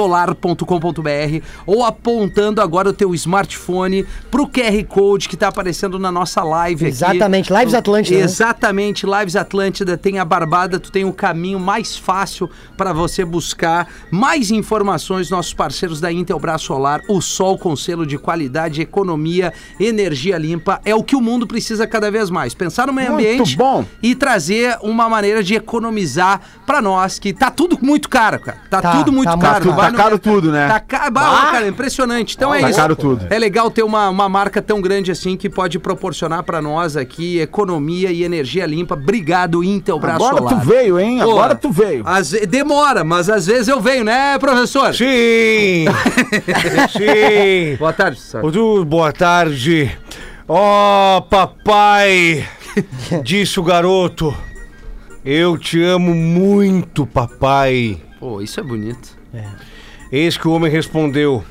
Speaker 4: inteubrasolar.com.br ou apontando agora o teu smartphone pro QR Code que tá aparecendo na nossa live aqui.
Speaker 5: Exatamente, Lives Atlântida, né?
Speaker 4: Exatamente, Lives Atlântida tem a Barbada, tu tem o caminho mais fácil para você buscar mais informações. Nossos parceiros da Intelbras Solar, o sol com selo de qualidade, economia, energia limpa, é o que o mundo precisa cada vez mais. Pensar no meio
Speaker 8: Muito
Speaker 4: ambiente
Speaker 8: bom.
Speaker 4: e trazer uma maneira de economizar para nós, que tá tudo muito caro, cara. Tá,
Speaker 5: Tá,
Speaker 4: tudo muito
Speaker 5: tá muito
Speaker 4: caro.
Speaker 8: caro.
Speaker 4: Vai
Speaker 8: Tá
Speaker 4: no
Speaker 8: caro
Speaker 4: mercado-
Speaker 8: tudo, né?
Speaker 4: Tá caro, cara, impressionante. Então é
Speaker 8: Tá
Speaker 4: isso.
Speaker 8: caro tudo.
Speaker 4: É legal ter uma, uma marca tão grande assim que pode proporcionar pra nós aqui economia e energia limpa. Obrigado, Intelbras
Speaker 8: Agora
Speaker 4: Solar.
Speaker 8: tu veio, hein?
Speaker 4: Pô,
Speaker 8: Agora tu veio.
Speaker 4: às ve- demora, mas às vezes eu venho, né, professor?
Speaker 7: Sim! assim. Sim!
Speaker 4: Boa tarde, professor.
Speaker 7: Du, Boa tarde. Ó, papai, disse o garoto. Eu te amo muito, papai.
Speaker 4: Pô, isso é bonito.
Speaker 7: Eis que o homem respondeu: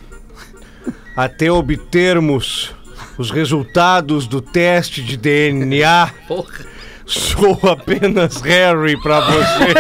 Speaker 7: Até obtermos os resultados do teste de DNA,
Speaker 4: Porra.
Speaker 7: sou apenas Harry pra você.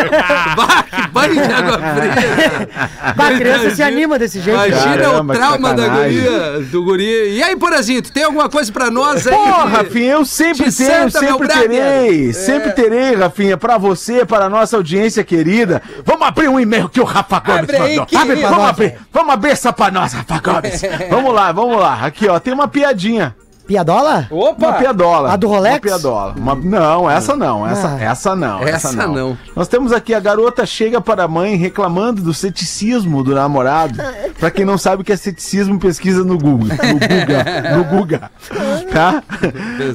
Speaker 4: Bah, que banho de água fria.
Speaker 5: Bah, a criança se anima desse jeito.
Speaker 4: Imagina
Speaker 8: Caramba,
Speaker 4: o
Speaker 8: que
Speaker 4: trauma da
Speaker 8: sacanagem.
Speaker 4: guria, do guri. E aí, Porazinho, tu tem alguma coisa pra nós aí?
Speaker 8: Pô, Rafinha, eu sempre
Speaker 4: De
Speaker 8: tenho,
Speaker 4: santa, meu
Speaker 8: sempre
Speaker 4: brother. É.
Speaker 8: terei. Sempre terei, Rafinha, pra você, para a nossa audiência querida. Vamos abrir um e-mail que o Rafa Gomes
Speaker 4: Abre aí,
Speaker 8: mandou.
Speaker 4: que-
Speaker 8: Abre pra
Speaker 5: vamos
Speaker 8: vamos,
Speaker 5: nós,
Speaker 8: abrir, vamos abrir essa pra nós, Rafa Gomes. vamos lá, vamos lá. Aqui, ó, tem uma piadinha.
Speaker 5: Piadola?
Speaker 4: Opa!
Speaker 8: Uma piadola.
Speaker 5: A do Rolex?
Speaker 8: Uma piadola. Uma- Não, essa não, essa,
Speaker 5: Ah.
Speaker 8: essa não.
Speaker 4: Essa não.
Speaker 8: Nós temos aqui a garota chega para a mãe reclamando do ceticismo do namorado. Pra quem não sabe o que é ceticismo, pesquisa no Google. No Guga. No Guga. Tá?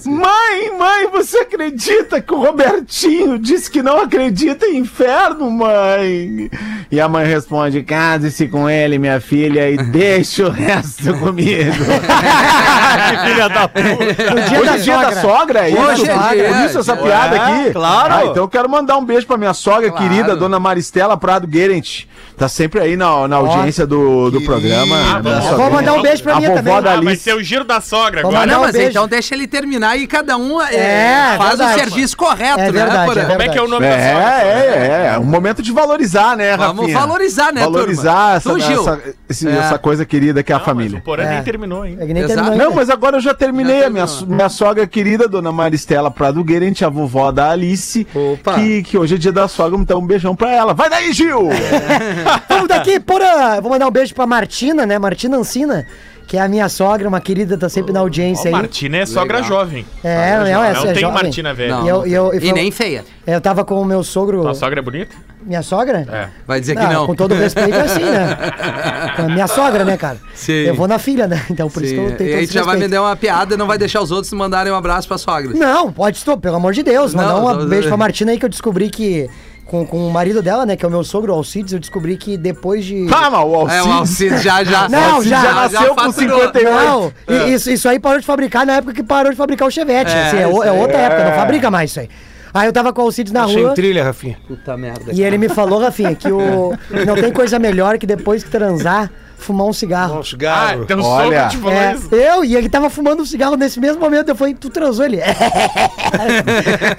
Speaker 8: Mãe, mãe, você acredita que o Robertinho disse que não acredita em inferno, mãe? E a mãe responde: case-se com ele, minha filha, e deixa o resto comigo.
Speaker 7: Que filha da puta.
Speaker 8: Hoje é dia da sogra, é
Speaker 4: Hoje
Speaker 8: isso?
Speaker 4: é
Speaker 8: Por
Speaker 4: dia,
Speaker 8: isso essa piada
Speaker 7: É,
Speaker 8: aqui?
Speaker 7: claro.
Speaker 8: Ah, então eu quero mandar um beijo pra minha sogra
Speaker 4: Claro.
Speaker 8: querida, dona Maristela Prado Guerent. Tá sempre aí na, na audiência do, do
Speaker 9: querida.
Speaker 8: programa.
Speaker 9: Ah,
Speaker 8: Minha
Speaker 9: vou
Speaker 8: sogrinha.
Speaker 5: mandar um beijo pra
Speaker 8: A
Speaker 5: minha
Speaker 8: vovó
Speaker 5: também.
Speaker 8: da
Speaker 5: Ah,
Speaker 6: Vai
Speaker 8: Alice.
Speaker 6: ser o giro da sogra
Speaker 5: Vamos
Speaker 6: agora.
Speaker 4: Ah,
Speaker 5: Mandar
Speaker 4: não,
Speaker 5: um
Speaker 4: mas
Speaker 5: beijo.
Speaker 4: então deixa ele terminar e cada um é,
Speaker 5: É,
Speaker 4: faz o
Speaker 5: verdade.
Speaker 4: serviço correto,
Speaker 5: É
Speaker 4: né?
Speaker 5: verdade,
Speaker 4: Porã?
Speaker 5: é
Speaker 6: Como
Speaker 5: verdade.
Speaker 6: é que é o nome
Speaker 8: É,
Speaker 6: da sogra?
Speaker 8: é, é, é. Um momento de valorizar, né, Rafinha?
Speaker 4: Vamos valorizar, né,
Speaker 8: Valorizar essa,
Speaker 4: turma? Tu, Gil.
Speaker 8: essa, esse-
Speaker 4: É.
Speaker 8: essa coisa querida que é a
Speaker 6: Não,
Speaker 8: família.
Speaker 6: Mas o Porã
Speaker 5: É.
Speaker 6: nem terminou, hein?
Speaker 5: É que nem
Speaker 4: Exato.
Speaker 5: terminou
Speaker 8: Não,
Speaker 5: ainda.
Speaker 8: mas agora eu já terminei.
Speaker 4: Já
Speaker 8: a minha,
Speaker 4: terminou.
Speaker 8: so- minha sogra querida, dona Maristela Prado Guerente, a vovó da Alice,
Speaker 4: Opa.
Speaker 8: que, que hoje é dia da sogra, então um beijão pra ela. Vai daí, Gil!
Speaker 4: É.
Speaker 5: Vamos daqui, porra! Vou mandar um beijo pra Martina, né? Martina Ancina, que é a minha sogra, uma querida, tá sempre na
Speaker 6: Ó,
Speaker 5: audiência aí.
Speaker 6: Martina é sogra
Speaker 4: Legal.
Speaker 6: jovem.
Speaker 5: É, não, essa
Speaker 6: não
Speaker 5: é
Speaker 6: tem
Speaker 5: jovem.
Speaker 6: Martina velha.
Speaker 4: Não,
Speaker 5: E eu-
Speaker 4: não tem.
Speaker 5: e eu- e
Speaker 4: e
Speaker 5: foi-
Speaker 4: nem feia.
Speaker 5: Eu tava com o meu sogro.
Speaker 6: Tua sogra é bonita?
Speaker 5: Minha sogra?
Speaker 4: Vai dizer que
Speaker 5: Ah,
Speaker 4: não.
Speaker 5: Com todo respeito, é assim, né? Com a minha sogra, né, cara?
Speaker 4: Sim.
Speaker 5: Eu vou na filha, né? Então por isso que eu
Speaker 4: Sim,
Speaker 5: tenho
Speaker 4: e
Speaker 5: todo
Speaker 4: aí
Speaker 5: esse
Speaker 4: já vai me
Speaker 5: respeito.
Speaker 4: dar uma piada e não vai deixar os outros mandarem um abraço pra sogra.
Speaker 5: Não, pode stop, pelo amor de Deus. Mandar
Speaker 4: Não,
Speaker 5: um
Speaker 4: não,
Speaker 5: beijo
Speaker 4: não.
Speaker 5: pra Martina aí que eu descobri que. Com, com o marido dela, né? Que é o meu sogro, o Alcides, eu descobri que depois de.
Speaker 6: Ah,
Speaker 8: Calma, o
Speaker 4: É, o
Speaker 8: Alcides.
Speaker 4: Alcides já, já.
Speaker 5: Não,
Speaker 4: Alcides
Speaker 5: já-
Speaker 8: nasceu com
Speaker 4: faturou.
Speaker 8: 50
Speaker 5: Não, e- um. isso, isso aí parou de fabricar na época que parou de fabricar o Chevette.
Speaker 4: É,
Speaker 5: assim, É, o- é outra época, não fabrica mais isso aí. Aí eu tava com o Alcides na
Speaker 7: Sem
Speaker 5: rua.
Speaker 7: trilha, Rafinha.
Speaker 4: Puta merda.
Speaker 5: E ele me falou, Rafinha, que o... não tem coisa melhor que depois que transar, fumar um cigarro.
Speaker 6: Ah,
Speaker 7: Cigarro.
Speaker 6: então
Speaker 8: Olha.
Speaker 6: sogra te falou
Speaker 5: É,
Speaker 6: isso.
Speaker 5: eu e ele tava fumando um cigarro nesse mesmo momento. Eu falei, tu transou ele?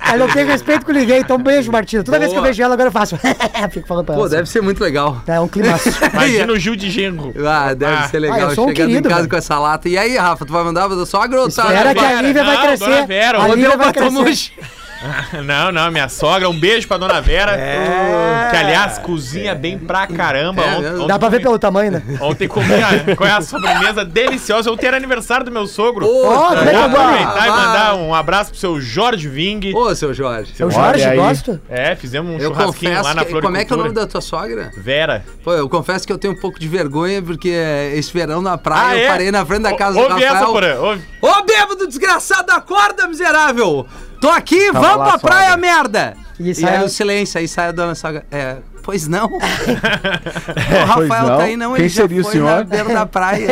Speaker 5: Aí não tenho respeito com ninguém, então beijo, Martina. Toda vez que eu
Speaker 4: Boa.
Speaker 5: vejo ela, agora eu faço. Fico falando pra ela.
Speaker 4: Pô, deve ser muito legal.
Speaker 5: É um climaço.
Speaker 6: Imagina o Gil de Gengo.
Speaker 4: Ah, deve
Speaker 6: Ah.
Speaker 4: ser
Speaker 5: Ah,
Speaker 4: legal
Speaker 5: eu sou um
Speaker 4: chegando em
Speaker 5: querido,
Speaker 4: casa
Speaker 5: velho.
Speaker 4: com essa lata. E aí, Rafa, tu vai mandar pra sogra ou tá?
Speaker 5: Espera que a
Speaker 6: Vera,
Speaker 5: Lívia vai
Speaker 6: não,
Speaker 5: crescer.
Speaker 6: dona Vera,
Speaker 5: a
Speaker 6: ontem
Speaker 5: Lívia vai
Speaker 4: Tomou
Speaker 5: crescer.
Speaker 6: Não, não, minha sogra. Um beijo pra dona Vera. Que, aliás, cozinha bem pra caramba.
Speaker 4: É,
Speaker 6: Ont-
Speaker 4: é.
Speaker 6: ontem
Speaker 5: É. Dá pra ver
Speaker 6: comi-
Speaker 5: pelo tamanho, né?
Speaker 6: Ontem comi a, com a sobremesa deliciosa. Ontem era aniversário do meu sogro.
Speaker 4: Ô,
Speaker 5: Ó, como é que
Speaker 6: Vou
Speaker 5: é
Speaker 6: aproveitar e mandar um abraço pro seu Jorge Ving.
Speaker 4: Ô, seu Jorge.
Speaker 5: O Jorge
Speaker 8: Olha aí.
Speaker 5: gosta?
Speaker 6: É, fizemos um
Speaker 4: Eu
Speaker 6: churrasquinho lá
Speaker 4: confesso
Speaker 6: na
Speaker 4: que,
Speaker 6: Flor
Speaker 4: Como é que é o nome da tua sogra?
Speaker 6: Vera.
Speaker 4: Pô, eu confesso que eu tenho um pouco de vergonha, porque esse verão na praia
Speaker 6: Ah,
Speaker 4: eu
Speaker 6: é?
Speaker 4: parei na frente da casa
Speaker 6: Ô,
Speaker 4: do
Speaker 6: ouve essa,
Speaker 4: Rafael.
Speaker 6: Porã. Ouve.
Speaker 4: Ô, bêbado desgraçado, acorda, miserável! Tô aqui,
Speaker 8: Tava
Speaker 4: vamos
Speaker 8: lá,
Speaker 4: pra
Speaker 8: sogra.
Speaker 4: praia, merda!
Speaker 5: E
Speaker 4: E,
Speaker 5: sai-
Speaker 4: aí o silêncio, aí sai a dona sogra. É, pois não? o
Speaker 8: pois
Speaker 4: Rafael
Speaker 8: não.
Speaker 4: tá aí, não,
Speaker 8: Quem
Speaker 4: ele já
Speaker 8: seria o
Speaker 4: foi
Speaker 8: senhor?
Speaker 4: na beira da praia.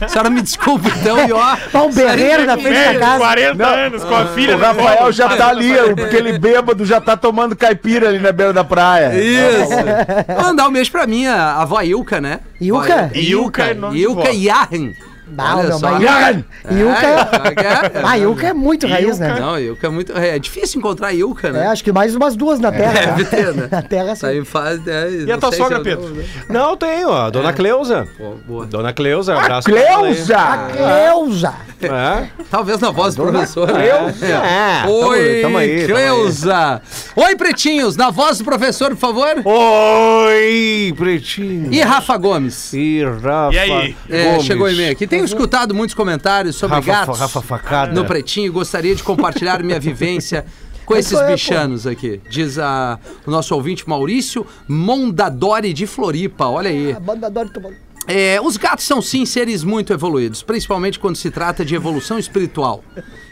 Speaker 4: A senhora me desculpa então, e ó...
Speaker 5: Tá um berreiro na frente da
Speaker 6: Velho,
Speaker 5: casa.
Speaker 6: 40 anos com a
Speaker 4: Ah,
Speaker 6: filha
Speaker 8: O Rafael já tá ali, aquele bêbado já tá tomando caipira ali na beira da praia.
Speaker 4: Isso! Mandar um beijo pra minha a avó Ilka, né?
Speaker 5: Ilka?
Speaker 6: Ilka
Speaker 4: Ilka,
Speaker 6: é nome de vó.
Speaker 4: Ilka Yarren.
Speaker 5: Ah,
Speaker 4: Olha
Speaker 5: meu,
Speaker 4: só. É,
Speaker 5: mas
Speaker 8: Yarren!
Speaker 5: Ilka. um Ah, Ilka é
Speaker 4: um
Speaker 5: muito raiz, né?
Speaker 4: Não, Ilka é muito. É difícil encontrar Ilka,
Speaker 5: É,
Speaker 4: né?
Speaker 5: acho que mais umas duas na Terra.
Speaker 4: Deve
Speaker 5: né?
Speaker 4: ter, né?
Speaker 5: Na Terra,
Speaker 4: Isso
Speaker 5: sim.
Speaker 4: aí faz. é,
Speaker 6: E a
Speaker 4: não
Speaker 6: tua
Speaker 4: sei se
Speaker 6: sogra,
Speaker 4: eu-
Speaker 6: Pedro?
Speaker 7: Não, tem, ó. Dona Cleusa.
Speaker 4: É. Pô, boa.
Speaker 7: Dona Cleusa, um abraço. pra ela aí.
Speaker 5: Ah,
Speaker 8: Cleusa!
Speaker 5: Cleusa!
Speaker 7: É.
Speaker 4: Talvez na voz do professor. né?
Speaker 7: Cleusa.
Speaker 4: É.
Speaker 7: Tamo-
Speaker 4: Oi,
Speaker 7: tamo aí, tamo aí.
Speaker 4: Cleusa. Oi, pretinhos. Na voz do professor, por favor.
Speaker 7: Oi, pretinho.
Speaker 4: E Rafa Gomes.
Speaker 7: E Rafa
Speaker 6: E aí?
Speaker 4: É,
Speaker 7: Gomes. Uhum.
Speaker 4: chegou o e-mail aqui. Tenho escutado muitos comentários sobre
Speaker 7: Rafa,
Speaker 4: gatos
Speaker 7: Rafa É. Facada.
Speaker 4: no pretinho e gostaria de compartilhar minha vivência com esses
Speaker 5: é, pô.
Speaker 4: bichanos aqui. Diz a, o nosso ouvinte Maurício Mondadori de Floripa. Olha aí.
Speaker 5: A banda adora tomar. Não
Speaker 4: É, os gatos são sim seres muito evoluídos, principalmente quando se trata de evolução espiritual.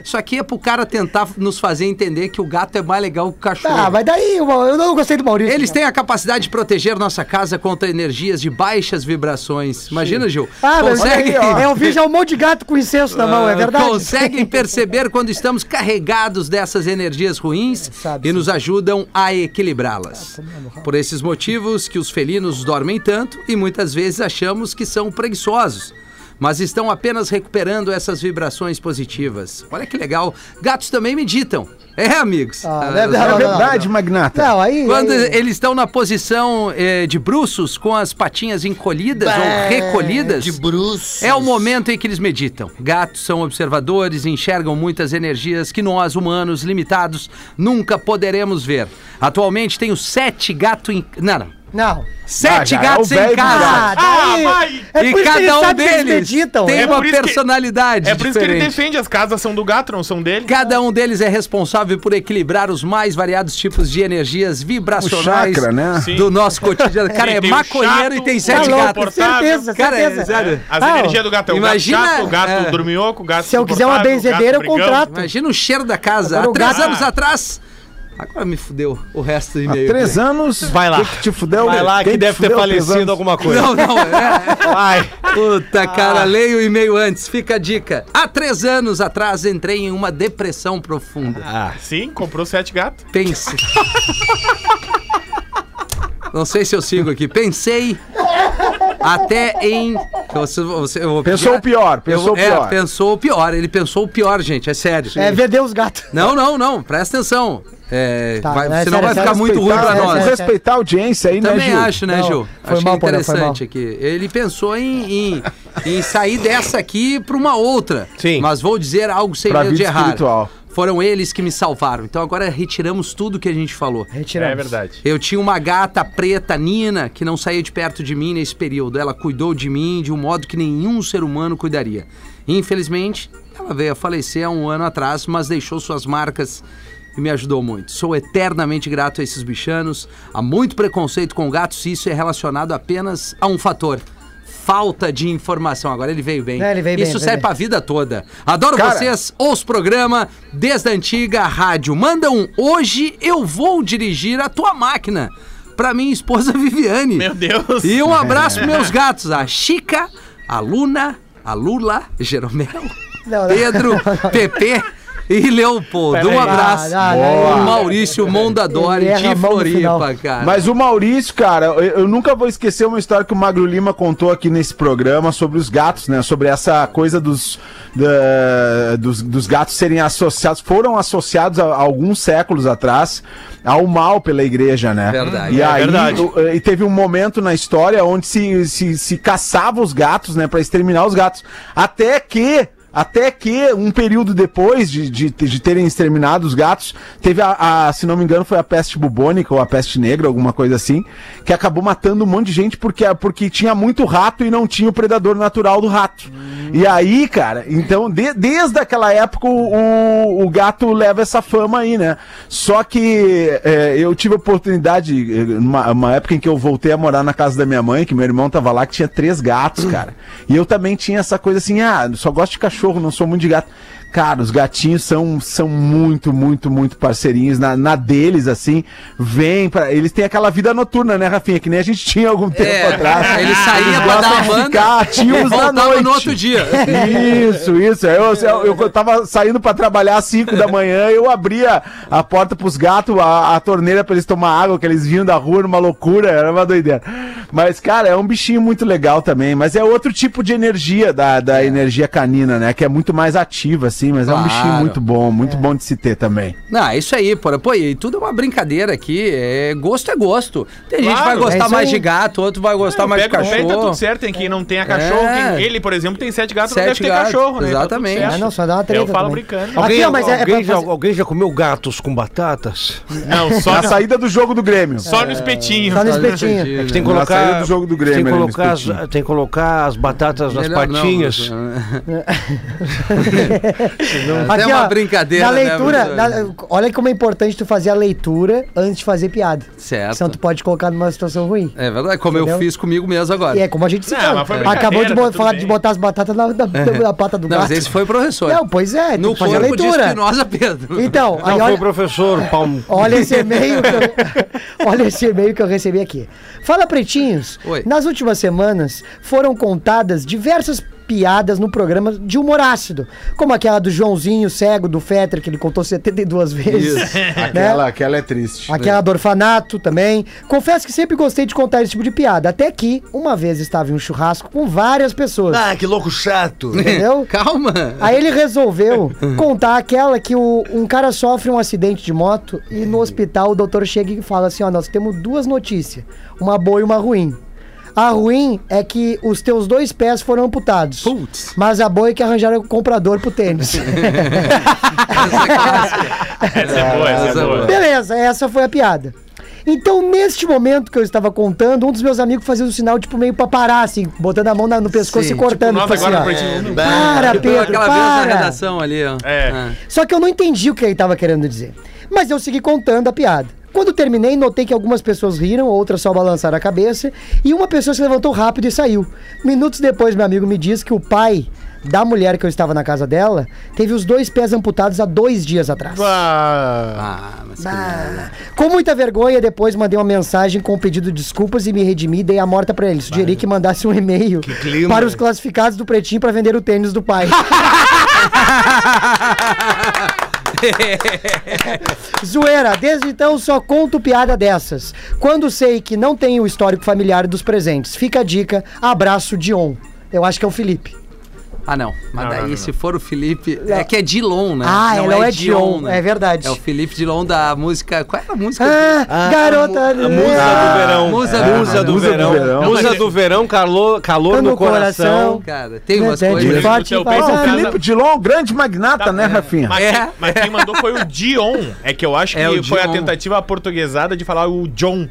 Speaker 4: Isso aqui é pro cara tentar nos fazer entender que o gato é mais legal que o cachorro.
Speaker 5: Tá, mas daí, eu eu não gostei do Maurício.
Speaker 4: Eles têm a capacidade de proteger nossa casa contra energias de baixas vibrações. Imagina, Gil.
Speaker 5: Ah, mas
Speaker 4: conseguem,
Speaker 5: olha aí, ó. eu vi já um monte de gato com incenso na
Speaker 4: Ah,
Speaker 5: mão, é verdade?
Speaker 4: Conseguem perceber quando estamos carregados dessas energias ruins
Speaker 5: É, sabe,
Speaker 4: e
Speaker 5: sim. Ah, é
Speaker 4: nos ajudam a equilibrá-las. Por esses motivos que os felinos dormem tanto e muitas vezes achamos que são preguiçosos. Mas estão apenas recuperando essas vibrações positivas. Olha que legal. Gatos também meditam. É, amigos.
Speaker 5: Ah,
Speaker 4: Ah,
Speaker 5: né? Não,
Speaker 8: É
Speaker 5: não, não,
Speaker 8: verdade,
Speaker 5: não.
Speaker 8: magnata.
Speaker 5: Não, aí.
Speaker 4: quando
Speaker 5: aí-
Speaker 4: eles estão na posição eh, de bruços, com as patinhas encolhidas ou recolhidas,
Speaker 9: De bruxo.
Speaker 4: é o momento em que eles meditam. Gatos são observadores, e enxergam muitas energias que nós, humanos limitados, nunca poderemos ver. Atualmente tenho sete gatos em. Não, não.
Speaker 5: Não.
Speaker 4: Sete
Speaker 8: já é
Speaker 4: gatos
Speaker 8: o velho
Speaker 4: em
Speaker 8: do
Speaker 4: casa.
Speaker 5: Ah, daí.
Speaker 6: vai!
Speaker 5: É por
Speaker 4: e
Speaker 5: isso que eles
Speaker 4: cada um
Speaker 5: sabem que eles
Speaker 4: deles
Speaker 5: meditam.
Speaker 4: tem
Speaker 5: É
Speaker 4: uma
Speaker 6: por isso que-
Speaker 4: personalidade.
Speaker 6: É por isso que ele
Speaker 4: diferente.
Speaker 6: defende as casas são do gato, não são dele.
Speaker 4: Cada um deles é responsável por equilibrar os mais variados tipos de energias vibracionais
Speaker 8: chakra, né?
Speaker 4: do nosso cotidiano. Cara,
Speaker 6: Ele
Speaker 4: é
Speaker 6: tem o
Speaker 4: maconheiro
Speaker 6: chato,
Speaker 4: e tem
Speaker 6: o
Speaker 4: sete
Speaker 5: Tá louco,
Speaker 4: gatos.
Speaker 6: insuportável.
Speaker 5: certeza,
Speaker 4: Cara, é
Speaker 5: certeza.
Speaker 4: sério.
Speaker 6: As
Speaker 5: Ah,
Speaker 6: energias do gato. é O
Speaker 4: imagina-
Speaker 6: gato chato, o gato
Speaker 4: é.
Speaker 6: dorminhoco, o gato
Speaker 5: Se eu quiser uma
Speaker 6: insuportável, o gato
Speaker 5: benzedeira, eu
Speaker 6: brigão.
Speaker 5: contrato.
Speaker 4: Imagina o cheiro da casa.
Speaker 5: Agora
Speaker 4: Há
Speaker 5: o
Speaker 4: três
Speaker 5: gato-
Speaker 4: anos atrás, Agora me fudeu o resto do e-mail.
Speaker 8: Três anos.
Speaker 7: Vai lá.
Speaker 8: o Que que te fudeu,
Speaker 7: Vai lá que
Speaker 8: quem te
Speaker 7: deve ter
Speaker 8: fudeu, três anos?
Speaker 7: falecido alguma coisa.
Speaker 4: Não, não, é.
Speaker 7: Vai.
Speaker 4: Puta, cara, leio o e-mail antes. Fica a dica. Há três anos atrás entrei em uma depressão profunda.
Speaker 6: Sim, comprou sete gatos.
Speaker 4: Pense. Não sei se eu sigo aqui. Pensei até em. Você, você- eu vou pedir-
Speaker 8: Pensou o pior,
Speaker 4: Eu
Speaker 8: pensou
Speaker 4: vou-
Speaker 8: o pior.
Speaker 4: É, pensou o pior. Ele pensou o pior, gente. É sério.
Speaker 5: É vender os gatos.
Speaker 4: Não, não, não. Presta atenção. É,
Speaker 5: Tá,
Speaker 4: vai-
Speaker 5: não é
Speaker 4: senão
Speaker 5: sério,
Speaker 4: vai
Speaker 5: é
Speaker 4: ficar
Speaker 5: sério,
Speaker 4: muito ruim
Speaker 8: né, Respeitar-
Speaker 4: pra
Speaker 5: é
Speaker 4: nós.
Speaker 5: sério.
Speaker 8: Tá, Respeitar a audiência aí, né,
Speaker 4: Também
Speaker 8: Gil?
Speaker 4: acho, né,
Speaker 5: Não,
Speaker 4: Gil?
Speaker 5: foi
Speaker 4: Achei
Speaker 5: mal, Porã, foi
Speaker 4: interessante
Speaker 5: mal.
Speaker 4: aqui. Ele pensou em, em, em sair dessa aqui para uma outra.
Speaker 7: Sim.
Speaker 4: Mas vou dizer algo sem
Speaker 8: Pra
Speaker 4: medo de
Speaker 8: vida
Speaker 4: errar.
Speaker 8: espiritual.
Speaker 4: Foram eles que me salvaram. Então agora retiramos tudo que a gente falou.
Speaker 5: Retiramos.
Speaker 6: É verdade.
Speaker 4: Eu tinha uma gata preta, Nina, que não saía de perto de mim nesse período. Ela cuidou de mim de um modo que nenhum ser humano cuidaria. Infelizmente, ela veio a falecer há um ano atrás, mas deixou suas marcas e me ajudou muito. Sou eternamente grato a esses bichanos. Há muito preconceito com gatos e isso é relacionado apenas a um fator. Falta de informação. Agora ele veio bem.
Speaker 5: É, ele veio bem,
Speaker 4: Isso
Speaker 5: veio
Speaker 4: serve
Speaker 5: bem.
Speaker 4: pra vida toda. Adoro
Speaker 8: Cara.
Speaker 4: vocês, os programa desde a antiga rádio. Manda um hoje eu vou dirigir a tua máquina. Pra minha esposa Viviane.
Speaker 6: Meu Deus.
Speaker 4: E um abraço pros meus gatos, a Chica, a Luna, a Lula, Jeromel,
Speaker 5: Não, não.
Speaker 4: Pedro, Pepe e Leopoldo. Um abraço.
Speaker 5: Ah, não,
Speaker 4: O
Speaker 5: não.
Speaker 4: Maurício Mondadori
Speaker 5: Ele erra
Speaker 4: de
Speaker 5: a mão no
Speaker 4: Floripa,
Speaker 5: final.
Speaker 4: cara.
Speaker 8: Mas o Maurício, cara, eu, eu nunca vou esquecer uma história que o Magro Lima contou aqui nesse programa sobre os gatos, né? Sobre essa coisa dos, da- dos, dos gatos serem associados, foram associados há alguns séculos atrás ao mal pela igreja, né?
Speaker 4: Verdade.
Speaker 8: E
Speaker 4: É
Speaker 8: aí,
Speaker 7: verdade.
Speaker 8: o- e teve um momento na história onde se, se, se caçava os gatos, né? Pra exterminar os gatos. Até que. Até que, um período depois de, de, de terem exterminado os gatos, teve a, a- se não me engano, foi a peste bubônica ou a peste negra, alguma coisa assim, que acabou matando um monte de gente porque, porque tinha muito rato e não tinha o predador natural do rato. E aí, cara, então, de- desde aquela época o, o gato leva essa fama aí, né? Só que é, eu tive a oportunidade, eh, numa uma época em que eu voltei a morar na casa da minha mãe, que meu irmão tava lá, que tinha três gatos, cara. E eu também tinha essa coisa assim, ah, só gosto de cachorro, não sou muito de gato. Cara, os gatinhos são, são muito, muito, muito parceirinhos. Na, na deles, assim, vem para Eles têm aquela vida noturna, né, Rafinha? Que nem a gente tinha algum tempo
Speaker 4: É,
Speaker 8: atrás.
Speaker 4: ele saía pra
Speaker 8: gostam
Speaker 4: dar a
Speaker 8: de
Speaker 4: banda
Speaker 8: ficar ativos na
Speaker 4: voltava
Speaker 8: noite.
Speaker 4: no outro dia.
Speaker 8: Isso, isso. Eu, eu, eu tava saindo pra trabalhar às 5 da manhã, eu abria a porta pros gatos, a, a torneira pra eles tomar água, que eles vinham da rua numa loucura, era uma doideira. Mas, cara, é um bichinho muito legal também, mas é outro tipo de energia da, da energia canina, né? Que é muito mais ativa, assim, mas é um
Speaker 4: Claro.
Speaker 8: bichinho muito bom, muito bom de se ter também.
Speaker 4: Não, é isso aí, porra. Pô, e tudo é uma brincadeira aqui. É, gosto é gosto. Tem gente que vai
Speaker 6: Claro.
Speaker 5: É
Speaker 4: gostar
Speaker 5: isso
Speaker 4: mais
Speaker 5: aí.
Speaker 4: de gato, outro vai gostar
Speaker 6: Eu
Speaker 4: mais de
Speaker 6: pego no pé e Tá
Speaker 4: cachorro.
Speaker 6: tudo certo, tem quem não tenha cachorro.
Speaker 4: É.
Speaker 6: quem- ele, por exemplo, tem sete gatos,
Speaker 4: Sete
Speaker 6: não deve ter
Speaker 4: gatos,
Speaker 6: cachorro, né? Tá tudo
Speaker 4: exatamente.
Speaker 6: certo.
Speaker 5: Ah, não, só dá uma treta
Speaker 6: Eu falo
Speaker 5: também.
Speaker 6: brincando.
Speaker 5: Aqui, ó, mas é, é pra
Speaker 7: alguém, já,
Speaker 5: fazer-
Speaker 7: alguém já comeu gatos com batatas?
Speaker 6: Não, só,
Speaker 8: Na saída do jogo do Grêmio.
Speaker 6: só no espetinho.
Speaker 5: É.
Speaker 6: É
Speaker 5: Só no espetinho.
Speaker 4: Entendi,
Speaker 7: Tem que
Speaker 8: Na
Speaker 7: colocar,
Speaker 8: saída do jogo do
Speaker 7: tem
Speaker 8: Grêmio,
Speaker 7: que
Speaker 8: era no
Speaker 7: colocar, as,
Speaker 8: espetinho.
Speaker 7: tem que colocar as batatas nas
Speaker 4: Melhor não,
Speaker 7: patinhas.
Speaker 4: mas, né?
Speaker 5: Aqui,
Speaker 4: Até uma
Speaker 5: ó,
Speaker 4: brincadeira,
Speaker 5: Na
Speaker 4: né,
Speaker 5: leitura,
Speaker 4: Bruno?
Speaker 5: na- olha como é importante tu fazer a leitura antes de fazer piada.
Speaker 4: Certo.
Speaker 5: Senão tu pode colocar numa situação ruim.
Speaker 4: É verdade, como eu
Speaker 5: Entendeu?
Speaker 4: fiz comigo mesmo agora.
Speaker 5: E é como a gente se
Speaker 6: Não,
Speaker 5: fala.
Speaker 6: mas foi
Speaker 5: Acabou de,
Speaker 6: brincadeira,
Speaker 5: bo-
Speaker 6: tá tudo
Speaker 5: falar
Speaker 6: bem.
Speaker 5: de botar as batatas na, na- na pata do
Speaker 4: Não,
Speaker 5: gato.
Speaker 4: mas esse foi professor.
Speaker 5: Não, pois é, tem
Speaker 4: no
Speaker 5: que fazer a
Speaker 4: corpo de
Speaker 5: leitura.
Speaker 4: Espinosa Pedro.
Speaker 5: Então, aí
Speaker 7: Não, foi o
Speaker 5: olha,
Speaker 7: professor, Palmo.
Speaker 5: Olha esse e-mail que eu, olha esse e-mail que eu recebi aqui. Fala pretinhos.
Speaker 4: Oi.
Speaker 5: Nas últimas semanas foram contadas diversas piadas no programa de humor ácido, como aquela do Joãozinho cego do Fetter que ele contou 72 vezes. né?
Speaker 4: Isso.
Speaker 8: Aquela, aquela é triste.
Speaker 5: Aquela do orfanato também. Confesso que sempre gostei de contar esse tipo de piada. Até que, uma vez estava em um churrasco com várias pessoas.
Speaker 9: Ah, que louco chato.
Speaker 5: Entendeu?
Speaker 4: Calma.
Speaker 5: Aí ele resolveu contar aquela que o- um cara sofre um acidente de moto e no hospital o doutor chega e fala assim: ó, nós temos duas notícias, uma boa e uma ruim. A ruim é que os teus dois pés foram amputados.
Speaker 4: Putz.
Speaker 5: Mas a boa é que arranjaram o comprador pro tênis.
Speaker 4: Essa é clássica.
Speaker 6: Essa é boa, essa é boa.
Speaker 5: Beleza, essa foi a piada. Então, neste momento que eu estava contando, um dos meus amigos fazia um sinal, tipo, meio paparar, assim, botando a mão na- no pescoço
Speaker 4: Sim,
Speaker 5: e
Speaker 4: tipo,
Speaker 5: cortando.
Speaker 6: Nós
Speaker 5: tipo assim,
Speaker 6: agora um. no
Speaker 5: ó.
Speaker 6: pretinho.
Speaker 5: Para,
Speaker 4: Tipo,
Speaker 5: Pedro,
Speaker 4: Aquela vez na
Speaker 5: para.
Speaker 4: redação ali, ó.
Speaker 6: É.
Speaker 4: Ah.
Speaker 5: Só que eu não entendi o que ele estava querendo dizer. Mas eu segui contando a piada. Quando terminei, notei que algumas pessoas riram, outras só balançaram a cabeça, e uma pessoa se levantou rápido e saiu. Minutos depois, meu amigo me diz que o pai da mulher que eu estava na casa dela teve os dois pés amputados há dois dias atrás.
Speaker 6: Ah,
Speaker 4: Ah, mas que merda.
Speaker 5: Ah. Com muita vergonha, depois mandei uma mensagem com um pedido de desculpas e me redimi e dei a morta pra ele. Sugeri que mandasse um e-mail
Speaker 4: clima.
Speaker 5: para os classificados do Pretinho pra vender o tênis do pai. Zoeira, desde então só conto piada dessas. Quando sei que não tem o histórico familiar dos presentes. Fica a dica, abraço Dion. Eu acho que é o Felipe.
Speaker 4: Ah, não. Mas daí, se for o Felipe. É que é Dilon, né?
Speaker 5: Ah, é, não é Dion, é verdade.
Speaker 4: É o Felipe Dilon da música. Qual era a música?
Speaker 8: É.
Speaker 5: Ah, garota.
Speaker 7: A musa do verão.
Speaker 4: Musa
Speaker 7: É,
Speaker 4: do-
Speaker 7: musa do
Speaker 8: Musa do
Speaker 7: verão.
Speaker 8: verão.
Speaker 7: Musa do verão, calor, calor no,
Speaker 5: No
Speaker 7: coração.
Speaker 5: coração.
Speaker 4: Cara, tem umas
Speaker 5: Verdade,
Speaker 4: coisas.
Speaker 5: forte
Speaker 6: Teu
Speaker 5: para-
Speaker 6: bem,
Speaker 8: O
Speaker 6: seu
Speaker 5: Ah,
Speaker 6: bem.
Speaker 8: Felipe Dilon, grande magnata, né, Rafinha?
Speaker 6: Mas,
Speaker 4: É.
Speaker 6: quem, mas quem mandou foi o Dion. É que eu acho
Speaker 4: É,
Speaker 6: que
Speaker 4: o
Speaker 6: foi a
Speaker 4: Dion.
Speaker 6: tentativa portuguesada de falar o John.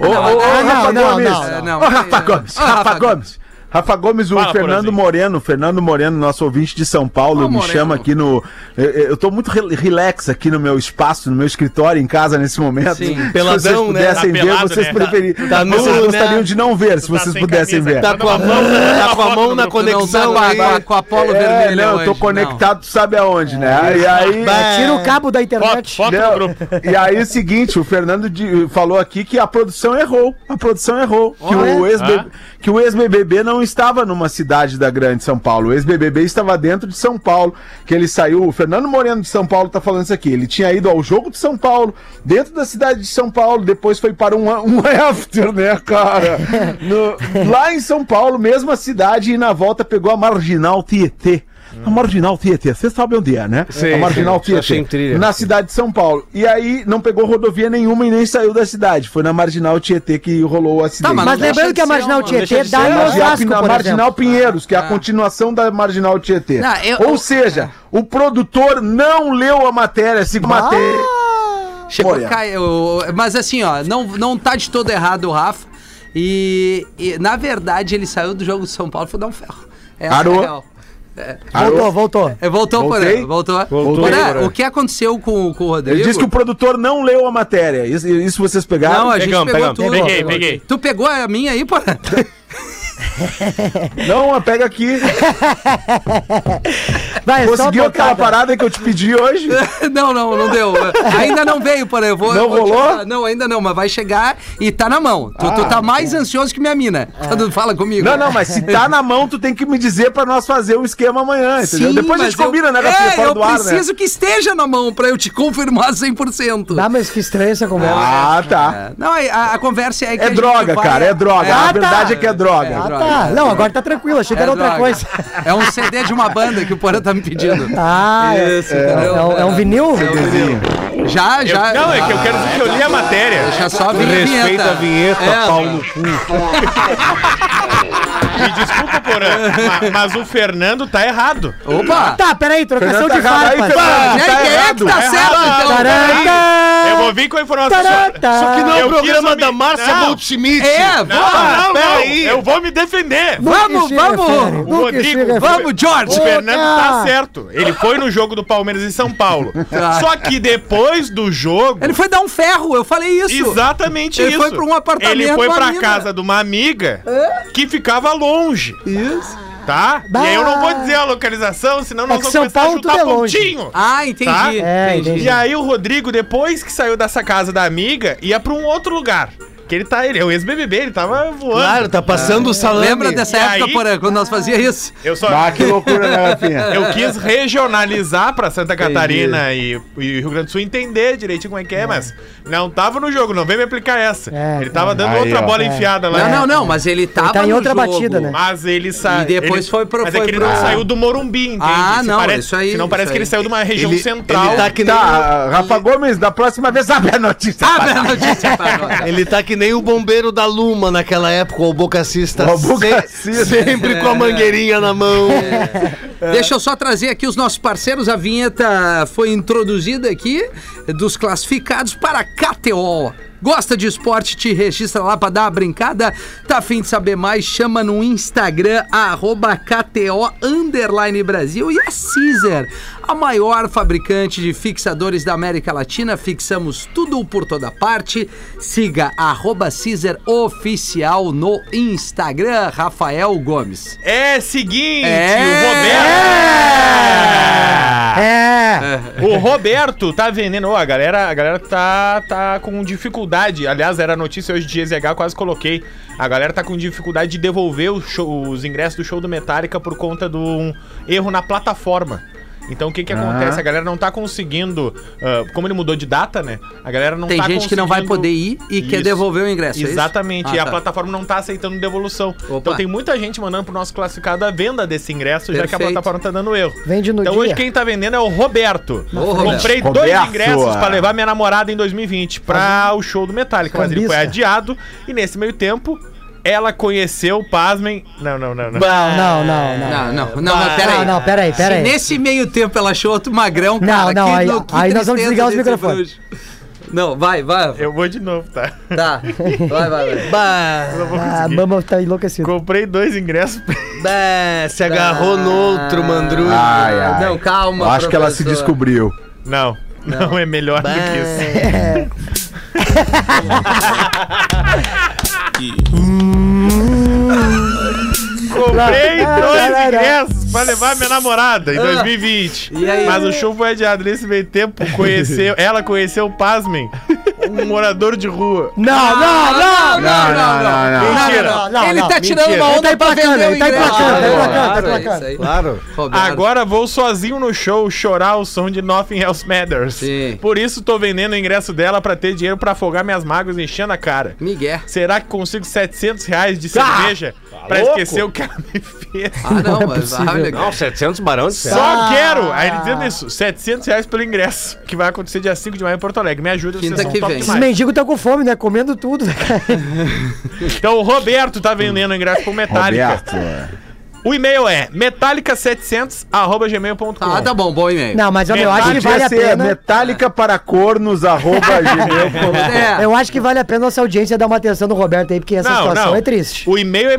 Speaker 8: Ô, ô, ô,
Speaker 4: ah,
Speaker 5: não,
Speaker 8: Rafa
Speaker 5: não,
Speaker 8: Gomes.
Speaker 5: não,
Speaker 4: não, não.
Speaker 8: Ô, Rafa Gomes.
Speaker 4: Ah, Rafa
Speaker 8: Rafa
Speaker 4: Gomes.
Speaker 8: Gomes. Rafa Gomes, o
Speaker 6: Fala,
Speaker 8: Fernando
Speaker 6: Porazinho.
Speaker 8: Moreno, Fernando Moreno, nosso ouvinte de São Paulo,
Speaker 4: Ô,
Speaker 8: me
Speaker 4: Moreno.
Speaker 8: chama aqui no. Eu, eu tô muito re- relax aqui no meu espaço, no meu escritório em casa nesse momento.
Speaker 4: Sim,
Speaker 8: se
Speaker 7: peladão,
Speaker 8: vocês
Speaker 7: né?
Speaker 6: Tá
Speaker 8: pudessem ver,
Speaker 6: pelado,
Speaker 8: vocês
Speaker 6: né?
Speaker 8: preferiam.
Speaker 7: Tá- tá
Speaker 8: vocês
Speaker 7: nu, né?
Speaker 8: gostariam de não ver, se
Speaker 6: Tu tá
Speaker 8: vocês
Speaker 6: sem
Speaker 8: pudessem
Speaker 6: camisa,
Speaker 8: ver.
Speaker 7: Tá
Speaker 6: Manda
Speaker 7: com a
Speaker 6: uma
Speaker 7: mão,
Speaker 6: foto,
Speaker 7: tá
Speaker 6: manda
Speaker 7: com a
Speaker 6: uma
Speaker 7: mão
Speaker 6: foto
Speaker 7: na
Speaker 6: pro grupo.
Speaker 7: conexão.
Speaker 4: Não, tá com a-
Speaker 7: aí.
Speaker 4: com a polo
Speaker 8: É,
Speaker 4: vermelha
Speaker 8: não, eu tô
Speaker 4: hoje,
Speaker 8: conectado, tu sabe aonde, né? E aí.
Speaker 7: Bah.
Speaker 5: É, Tira o cabo da internet.
Speaker 6: Foto, foto
Speaker 8: Não,
Speaker 6: do grupo.
Speaker 8: E aí, é o seguinte, o Fernando de- falou aqui que a produção errou. A produção errou. Que o,
Speaker 5: Olha.
Speaker 8: ex
Speaker 6: Ah.
Speaker 8: que o ex-BBB não estava numa cidade da Grande São Paulo. O ex-BBB estava dentro de São Paulo. Que ele saiu. O Fernando Moreno de São Paulo tá falando isso aqui. Ele tinha ido ao Jogo de São Paulo, dentro da cidade de São Paulo. Depois foi para um, a- um after, né, cara? No- lá em São Paulo, mesma cidade, e na volta pegou a Marginal Tietê. A Marginal Tietê, você sabe onde é, né?
Speaker 7: Sim,
Speaker 8: a Marginal
Speaker 7: sim. Achei em
Speaker 8: Tietê.
Speaker 7: trilha.
Speaker 8: Na cidade de São Paulo. E aí não pegou rodovia nenhuma e nem saiu da cidade. Foi na Marginal Tietê que rolou o acidente.
Speaker 4: Tá, mas
Speaker 5: Mas
Speaker 4: Não deixa
Speaker 5: lembrando que a
Speaker 4: de ser
Speaker 5: Marginal
Speaker 4: uma-
Speaker 5: Tietê
Speaker 7: deixa de
Speaker 5: dá
Speaker 7: ser
Speaker 5: em
Speaker 7: uma-
Speaker 5: Osasco,
Speaker 8: na
Speaker 5: por
Speaker 8: Marginal
Speaker 5: exemplo.
Speaker 8: Pinheiros, que é a
Speaker 4: Ah.
Speaker 8: continuação da Marginal Tietê.
Speaker 4: Não, eu- É.
Speaker 8: Ou
Speaker 4: eu-
Speaker 8: seja, o produtor não leu a matéria, se
Speaker 4: Ah.
Speaker 8: matéria.
Speaker 4: Chegou
Speaker 8: Olha.
Speaker 4: a cair, o- mas assim, ó, não, não tá de todo errado o Rafa. E, e, na verdade ele saiu do jogo de São Paulo e foi dar um ferro. Essa
Speaker 8: Parou.
Speaker 4: real.
Speaker 5: Voltou, voltou.
Speaker 4: É, voltou,
Speaker 8: Voltei.
Speaker 4: Porã. Voltou.
Speaker 8: Voltou.
Speaker 4: Porã,
Speaker 8: Porã.
Speaker 4: o que aconteceu com, com o Rodrigo?
Speaker 8: Ele disse que o produtor não leu a matéria. Isso, isso vocês pegaram?
Speaker 4: Não, a gente
Speaker 7: Pegamos,
Speaker 4: pegou
Speaker 7: pegamos.
Speaker 4: tudo.
Speaker 6: Peguei, peguei.
Speaker 4: Tu pegou a minha aí, Porã?
Speaker 8: Não, pega
Speaker 4: É
Speaker 8: aqui.
Speaker 5: Vai, é só
Speaker 8: Conseguiu aquela
Speaker 5: pancada.
Speaker 8: parada que eu te pedi hoje?
Speaker 4: não, não, não deu. Ainda não veio, porém. Eu vou,
Speaker 8: Não
Speaker 4: eu vou te
Speaker 8: rolou? Ah,
Speaker 4: falar. Não, ainda não, mas vai chegar e tá na mão. Tu, tu tá mais ansioso que minha mina quando fala comigo.
Speaker 8: Não, não, mas se tá na mão, tu tem que me dizer pra nós fazer o esquema amanhã, entendeu? Depois a gente
Speaker 4: mas eu-
Speaker 8: combina, né, Rafinha?
Speaker 4: É,
Speaker 8: Fora
Speaker 4: eu
Speaker 8: do ar, né?
Speaker 4: preciso que esteja na mão pra eu te confirmar 100%.
Speaker 5: Dá, mas que estranha essa conversa.
Speaker 8: Ah, tá.
Speaker 4: É, Não, a, a conversa é que a
Speaker 8: É
Speaker 4: gente
Speaker 8: droga,
Speaker 4: vai-
Speaker 8: cara, é droga.
Speaker 4: Ah,
Speaker 8: A
Speaker 4: tá.
Speaker 8: verdade é que é droga.
Speaker 4: É
Speaker 5: Ah,
Speaker 4: droga,
Speaker 5: tá.
Speaker 4: é
Speaker 5: Não, agora tá tranquilo. Achei que era outra
Speaker 4: droga.
Speaker 5: coisa.
Speaker 4: É um CD de uma banda que o Porã tá me pedindo.
Speaker 5: Ah, é,
Speaker 4: Isso,
Speaker 5: é,
Speaker 4: entendeu?
Speaker 5: é um- é um
Speaker 4: É
Speaker 5: vinil?
Speaker 4: um vinil. Já,
Speaker 6: Eu-
Speaker 4: já.
Speaker 6: não, é que eu quero dizer que eu li a matéria.
Speaker 4: Deixa só vir
Speaker 7: Respeita a vinheta,
Speaker 4: É,
Speaker 7: pau no cu.
Speaker 6: Me desculpa, Porã, ma- mas o Fernando tá errado.
Speaker 4: Opa!
Speaker 5: Tá, peraí, trocação
Speaker 8: Fernando tá
Speaker 5: de
Speaker 8: errado aí,
Speaker 5: farpas.
Speaker 8: Fernando.
Speaker 4: Gente, quem
Speaker 8: tá
Speaker 4: é que
Speaker 8: errado,
Speaker 4: tá
Speaker 6: tá
Speaker 4: certo,
Speaker 6: errado.
Speaker 4: então?
Speaker 5: Tarantá!
Speaker 6: Eu vou vir com a informação.
Speaker 5: Tarantá!
Speaker 9: Isso aqui não é
Speaker 6: Eu
Speaker 9: o programa
Speaker 6: quis
Speaker 9: da
Speaker 6: me-
Speaker 9: Márcia
Speaker 6: Não.
Speaker 7: Tá
Speaker 9: Goldschmidt.
Speaker 4: É,
Speaker 6: Não,
Speaker 4: vamos!
Speaker 6: não, não,
Speaker 9: peraí.
Speaker 6: eu vou me defender.
Speaker 4: Vamos, vamos!
Speaker 6: O Rodrigo,
Speaker 4: Vamos, George!
Speaker 6: O Fernando tá
Speaker 5: Ah.
Speaker 6: certo. Ele foi no jogo do Palmeiras em São Paulo.
Speaker 4: Tá.
Speaker 6: Só que depois do jogo.
Speaker 4: Ele foi dar um ferro, eu falei isso!
Speaker 6: Exatamente
Speaker 4: Ele
Speaker 6: isso.
Speaker 4: foi pra um apartamento
Speaker 6: Ele foi
Speaker 4: com a
Speaker 6: pra
Speaker 4: mina.
Speaker 6: casa de uma amiga que ficava longe.
Speaker 4: Isso.
Speaker 6: Tá? E aí eu não vou dizer a localização, senão nós
Speaker 5: que
Speaker 6: vamos
Speaker 5: São
Speaker 6: começar
Speaker 5: Paulo
Speaker 6: a chutar
Speaker 5: tudo é longe.
Speaker 6: pontinho.
Speaker 4: Ah, entendi.
Speaker 6: Tá?
Speaker 5: É, entendi.
Speaker 6: E aí o Rodrigo, depois que saiu dessa casa da amiga, ia pra um outro lugar. Que ele tá, ele é o ex-BBB, ele tava voando.
Speaker 9: Claro, tá passando o salame.
Speaker 4: É. Lembra dessa
Speaker 6: E
Speaker 4: época,
Speaker 6: aí?
Speaker 4: Porã, quando nós fazia isso?
Speaker 6: Eu só
Speaker 8: Ah, que loucura, né, Rafinha?
Speaker 6: eu quis regionalizar pra Santa Catarina e, e Rio Grande do Sul entender direitinho como é que é, mas não tava no jogo, não vem me aplicar essa.
Speaker 5: É,
Speaker 6: ele tava dando
Speaker 8: Aí,
Speaker 6: outra
Speaker 8: ó.
Speaker 6: bola enfiada lá.
Speaker 4: Não, não, não, mas ele tava
Speaker 5: tá em
Speaker 4: no
Speaker 5: outra
Speaker 4: jogo.
Speaker 5: batida, né?
Speaker 6: Mas ele saiu.
Speaker 4: E depois foi pro-
Speaker 6: Mas é
Speaker 4: foi
Speaker 6: que ele
Speaker 4: pro-
Speaker 6: não saiu do Morumbi, entende?
Speaker 4: Ah,
Speaker 6: Se
Speaker 4: não,
Speaker 6: parece,
Speaker 4: isso aí,
Speaker 6: Senão parece
Speaker 4: isso
Speaker 6: que ele
Speaker 4: aí.
Speaker 6: saiu de uma região
Speaker 9: Ele-
Speaker 6: central.
Speaker 9: ele tá que nem
Speaker 8: Tá, Rafa Gomes, da próxima vez abre a notícia.
Speaker 4: Abre é a notícia pra nós.
Speaker 9: Ele tá que nem o bombeiro da Luma naquela época, o Albocacista.
Speaker 8: O Albucacista.
Speaker 9: se- sempre com a mangueirinha na mão.
Speaker 4: Deixa eu só trazer aqui os nossos parceiros. A vinheta foi introduzida aqui dos classificados para a KTO. Gosta de esporte? Te registra lá para dar uma brincada. Tá afim de saber mais? Chama no Instagram, arroba KTO underline Brasil e a Caesar, a maior fabricante de fixadores da América Latina. Fixamos tudo por toda parte. Siga arroba Caesar Oficial no Instagram, Rafael Gomes.
Speaker 6: É seguinte,
Speaker 5: É!
Speaker 6: o Roberto. O Roberto tá vendendo. Ó, a galera, a galera tá, tá com dificuldade. Aliás, era notícia hoje de GZH, quase coloquei. A galera tá com dificuldade de devolver o show- os ingressos do show do Metallica por conta de um erro na plataforma. Então o que que acontece? A galera não tá conseguindo. ah, como ele mudou de data, né? A galera não
Speaker 4: Tem
Speaker 6: tá
Speaker 4: gente que não vai
Speaker 6: conseguindo-
Speaker 4: poder ir e quer
Speaker 6: Isso.
Speaker 4: devolver o ingresso. é isso?
Speaker 6: Exatamente.
Speaker 4: Ah,
Speaker 6: e a
Speaker 4: tá.
Speaker 6: plataforma não tá aceitando devolução.
Speaker 4: Opa.
Speaker 6: Então tem muita gente mandando pro nosso classificado a venda desse ingresso, já que a
Speaker 4: Perfeito.
Speaker 6: plataforma tá dando erro.
Speaker 5: Vende no
Speaker 6: então
Speaker 5: dia.
Speaker 6: hoje quem tá vendendo é o Roberto.
Speaker 4: Ô, Roberto.
Speaker 6: Comprei dois
Speaker 8: Roberto,
Speaker 6: ingressos
Speaker 8: ah.
Speaker 6: pra levar minha namorada em 2020 pra o show do Metallica, mas ele foi
Speaker 5: Cambista.
Speaker 6: adiado e nesse meio tempo ela conheceu, pasmem. Não, não, não, não.
Speaker 5: Não, não, não.
Speaker 4: Não, não, não, não, peraí.
Speaker 5: Não, não, peraí,
Speaker 4: Se
Speaker 5: peraí.
Speaker 4: nesse meio tempo ela achou outro magrão, cara,
Speaker 5: não, aí- aí nós vamos
Speaker 4: tristeza
Speaker 5: desligar os
Speaker 4: desse
Speaker 5: microfones.
Speaker 4: bruxo. Não, vai, vai.
Speaker 6: Eu vou de novo, tá?
Speaker 4: Tá. Vai, vai, vai.
Speaker 6: Eu não vou
Speaker 5: A
Speaker 6: conseguir.
Speaker 5: mama tá enlouquecida.
Speaker 6: Comprei dois ingressos.
Speaker 4: Bah,
Speaker 9: Se agarrou no outro, Mandru.
Speaker 8: Ai, ai.
Speaker 4: Não, calma,
Speaker 8: Eu acho que ela se
Speaker 4: professor.
Speaker 8: descobriu.
Speaker 6: Não, não, é melhor do que isso. Comprei
Speaker 4: Ah,
Speaker 6: dois ingressos pra levar minha namorada em 2020.
Speaker 4: E aí?
Speaker 6: Mas o show foi adiado nesse meio tempo. Conheceu, ela conheceu, pasmem, um morador de rua.
Speaker 5: Não, Ah, não,
Speaker 4: Não, não, não, não.
Speaker 6: Mentira.
Speaker 5: não, não,
Speaker 4: ele
Speaker 5: não,
Speaker 4: tá tirando
Speaker 6: mentira.
Speaker 4: uma
Speaker 5: Ele tá
Speaker 4: onda pra
Speaker 5: emplacando,
Speaker 4: vender o
Speaker 5: ele tá
Speaker 4: ingresso.
Speaker 5: emplacando,
Speaker 7: tá
Speaker 4: Claro,
Speaker 5: emplacando, tá
Speaker 4: é isso aí.
Speaker 7: Claro.
Speaker 4: Roberto.
Speaker 6: Agora vou sozinho no show chorar o som de Nothing Else Matters.
Speaker 4: Sim.
Speaker 6: Por isso tô vendendo o ingresso dela pra ter dinheiro pra afogar minhas mágoas enchendo a cara.
Speaker 4: Miguel.
Speaker 6: Será que consigo 700 reais de cerveja pra esquecer o que ela me fez?
Speaker 4: Tá Ah, tá.
Speaker 5: é
Speaker 4: não, mas olha, cara.
Speaker 7: Não, 700 barão de céu.
Speaker 6: Só quero! Aí ele dizendo isso, 700 reais pelo ingresso, que vai acontecer dia 5 de maio em Porto Alegre. Me ajuda,
Speaker 4: Quinta
Speaker 6: são
Speaker 4: que
Speaker 6: top
Speaker 4: vem.
Speaker 5: Esses
Speaker 6: demais.
Speaker 5: mendigos estão com fome, né? Comendo tudo.
Speaker 6: Então o Roberto tá vendendo ingresso pro Metallica.
Speaker 8: Roberto. é.
Speaker 6: O e-mail é metallica700.gmail.com
Speaker 4: Ah, tá bom, bom e-mail.
Speaker 5: Não, mas olha, eu acho que
Speaker 8: Podia
Speaker 5: vale a
Speaker 8: ser
Speaker 5: pena.
Speaker 8: metálica é para cornos, arroba gmail.com.
Speaker 4: É.
Speaker 5: Eu acho que vale a pena nossa audiência dar uma atenção no Roberto aí, porque essa situação é triste.
Speaker 6: O e-mail é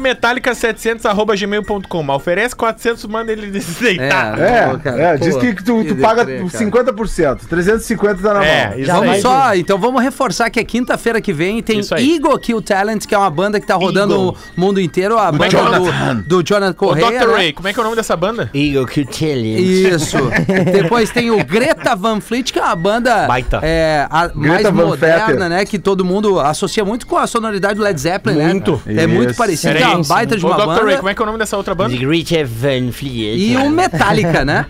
Speaker 6: metallica700.gmail.com. Mas Oferece 400, manda ele deitar.
Speaker 4: É,
Speaker 8: É,
Speaker 4: pô, cara,
Speaker 8: é, diz
Speaker 4: pô,
Speaker 8: que tu,
Speaker 4: que
Speaker 8: tu paga
Speaker 4: deprê, cara.
Speaker 8: 50%, 350 tá na mão.
Speaker 6: É, isso
Speaker 5: Já
Speaker 6: aí.
Speaker 5: vai
Speaker 4: Vamos só, então vamos reforçar que é quinta-feira que vem tem
Speaker 6: Isso aí.
Speaker 4: Eagle Kill Talent, que é uma banda que tá rodando
Speaker 6: Eagle.
Speaker 4: o mundo inteiro, a banda
Speaker 6: Jonathan.
Speaker 4: do, do Jonathan
Speaker 6: O
Speaker 4: Correia.
Speaker 6: Dr.
Speaker 4: né? Então,
Speaker 6: Ray, como é que é o nome dessa banda?
Speaker 9: Eagle Cutilli.
Speaker 4: Isso. Depois tem o Greta Van Fleet, que é uma banda
Speaker 7: Baita.
Speaker 4: é, a- mais
Speaker 8: Van
Speaker 4: moderna,
Speaker 8: Vetter.
Speaker 4: né? Que todo mundo associa muito com a sonoridade do Led Zeppelin,
Speaker 7: Muito.
Speaker 4: né? É muito
Speaker 8: Isso.
Speaker 4: parecido,
Speaker 6: Peraí.
Speaker 4: é uma baita de
Speaker 6: Ô,
Speaker 4: uma
Speaker 6: Dr.
Speaker 4: banda.
Speaker 6: Ray, como é que é o nome dessa outra banda?
Speaker 9: Greta Van Fleet.
Speaker 4: E o Metallica, né?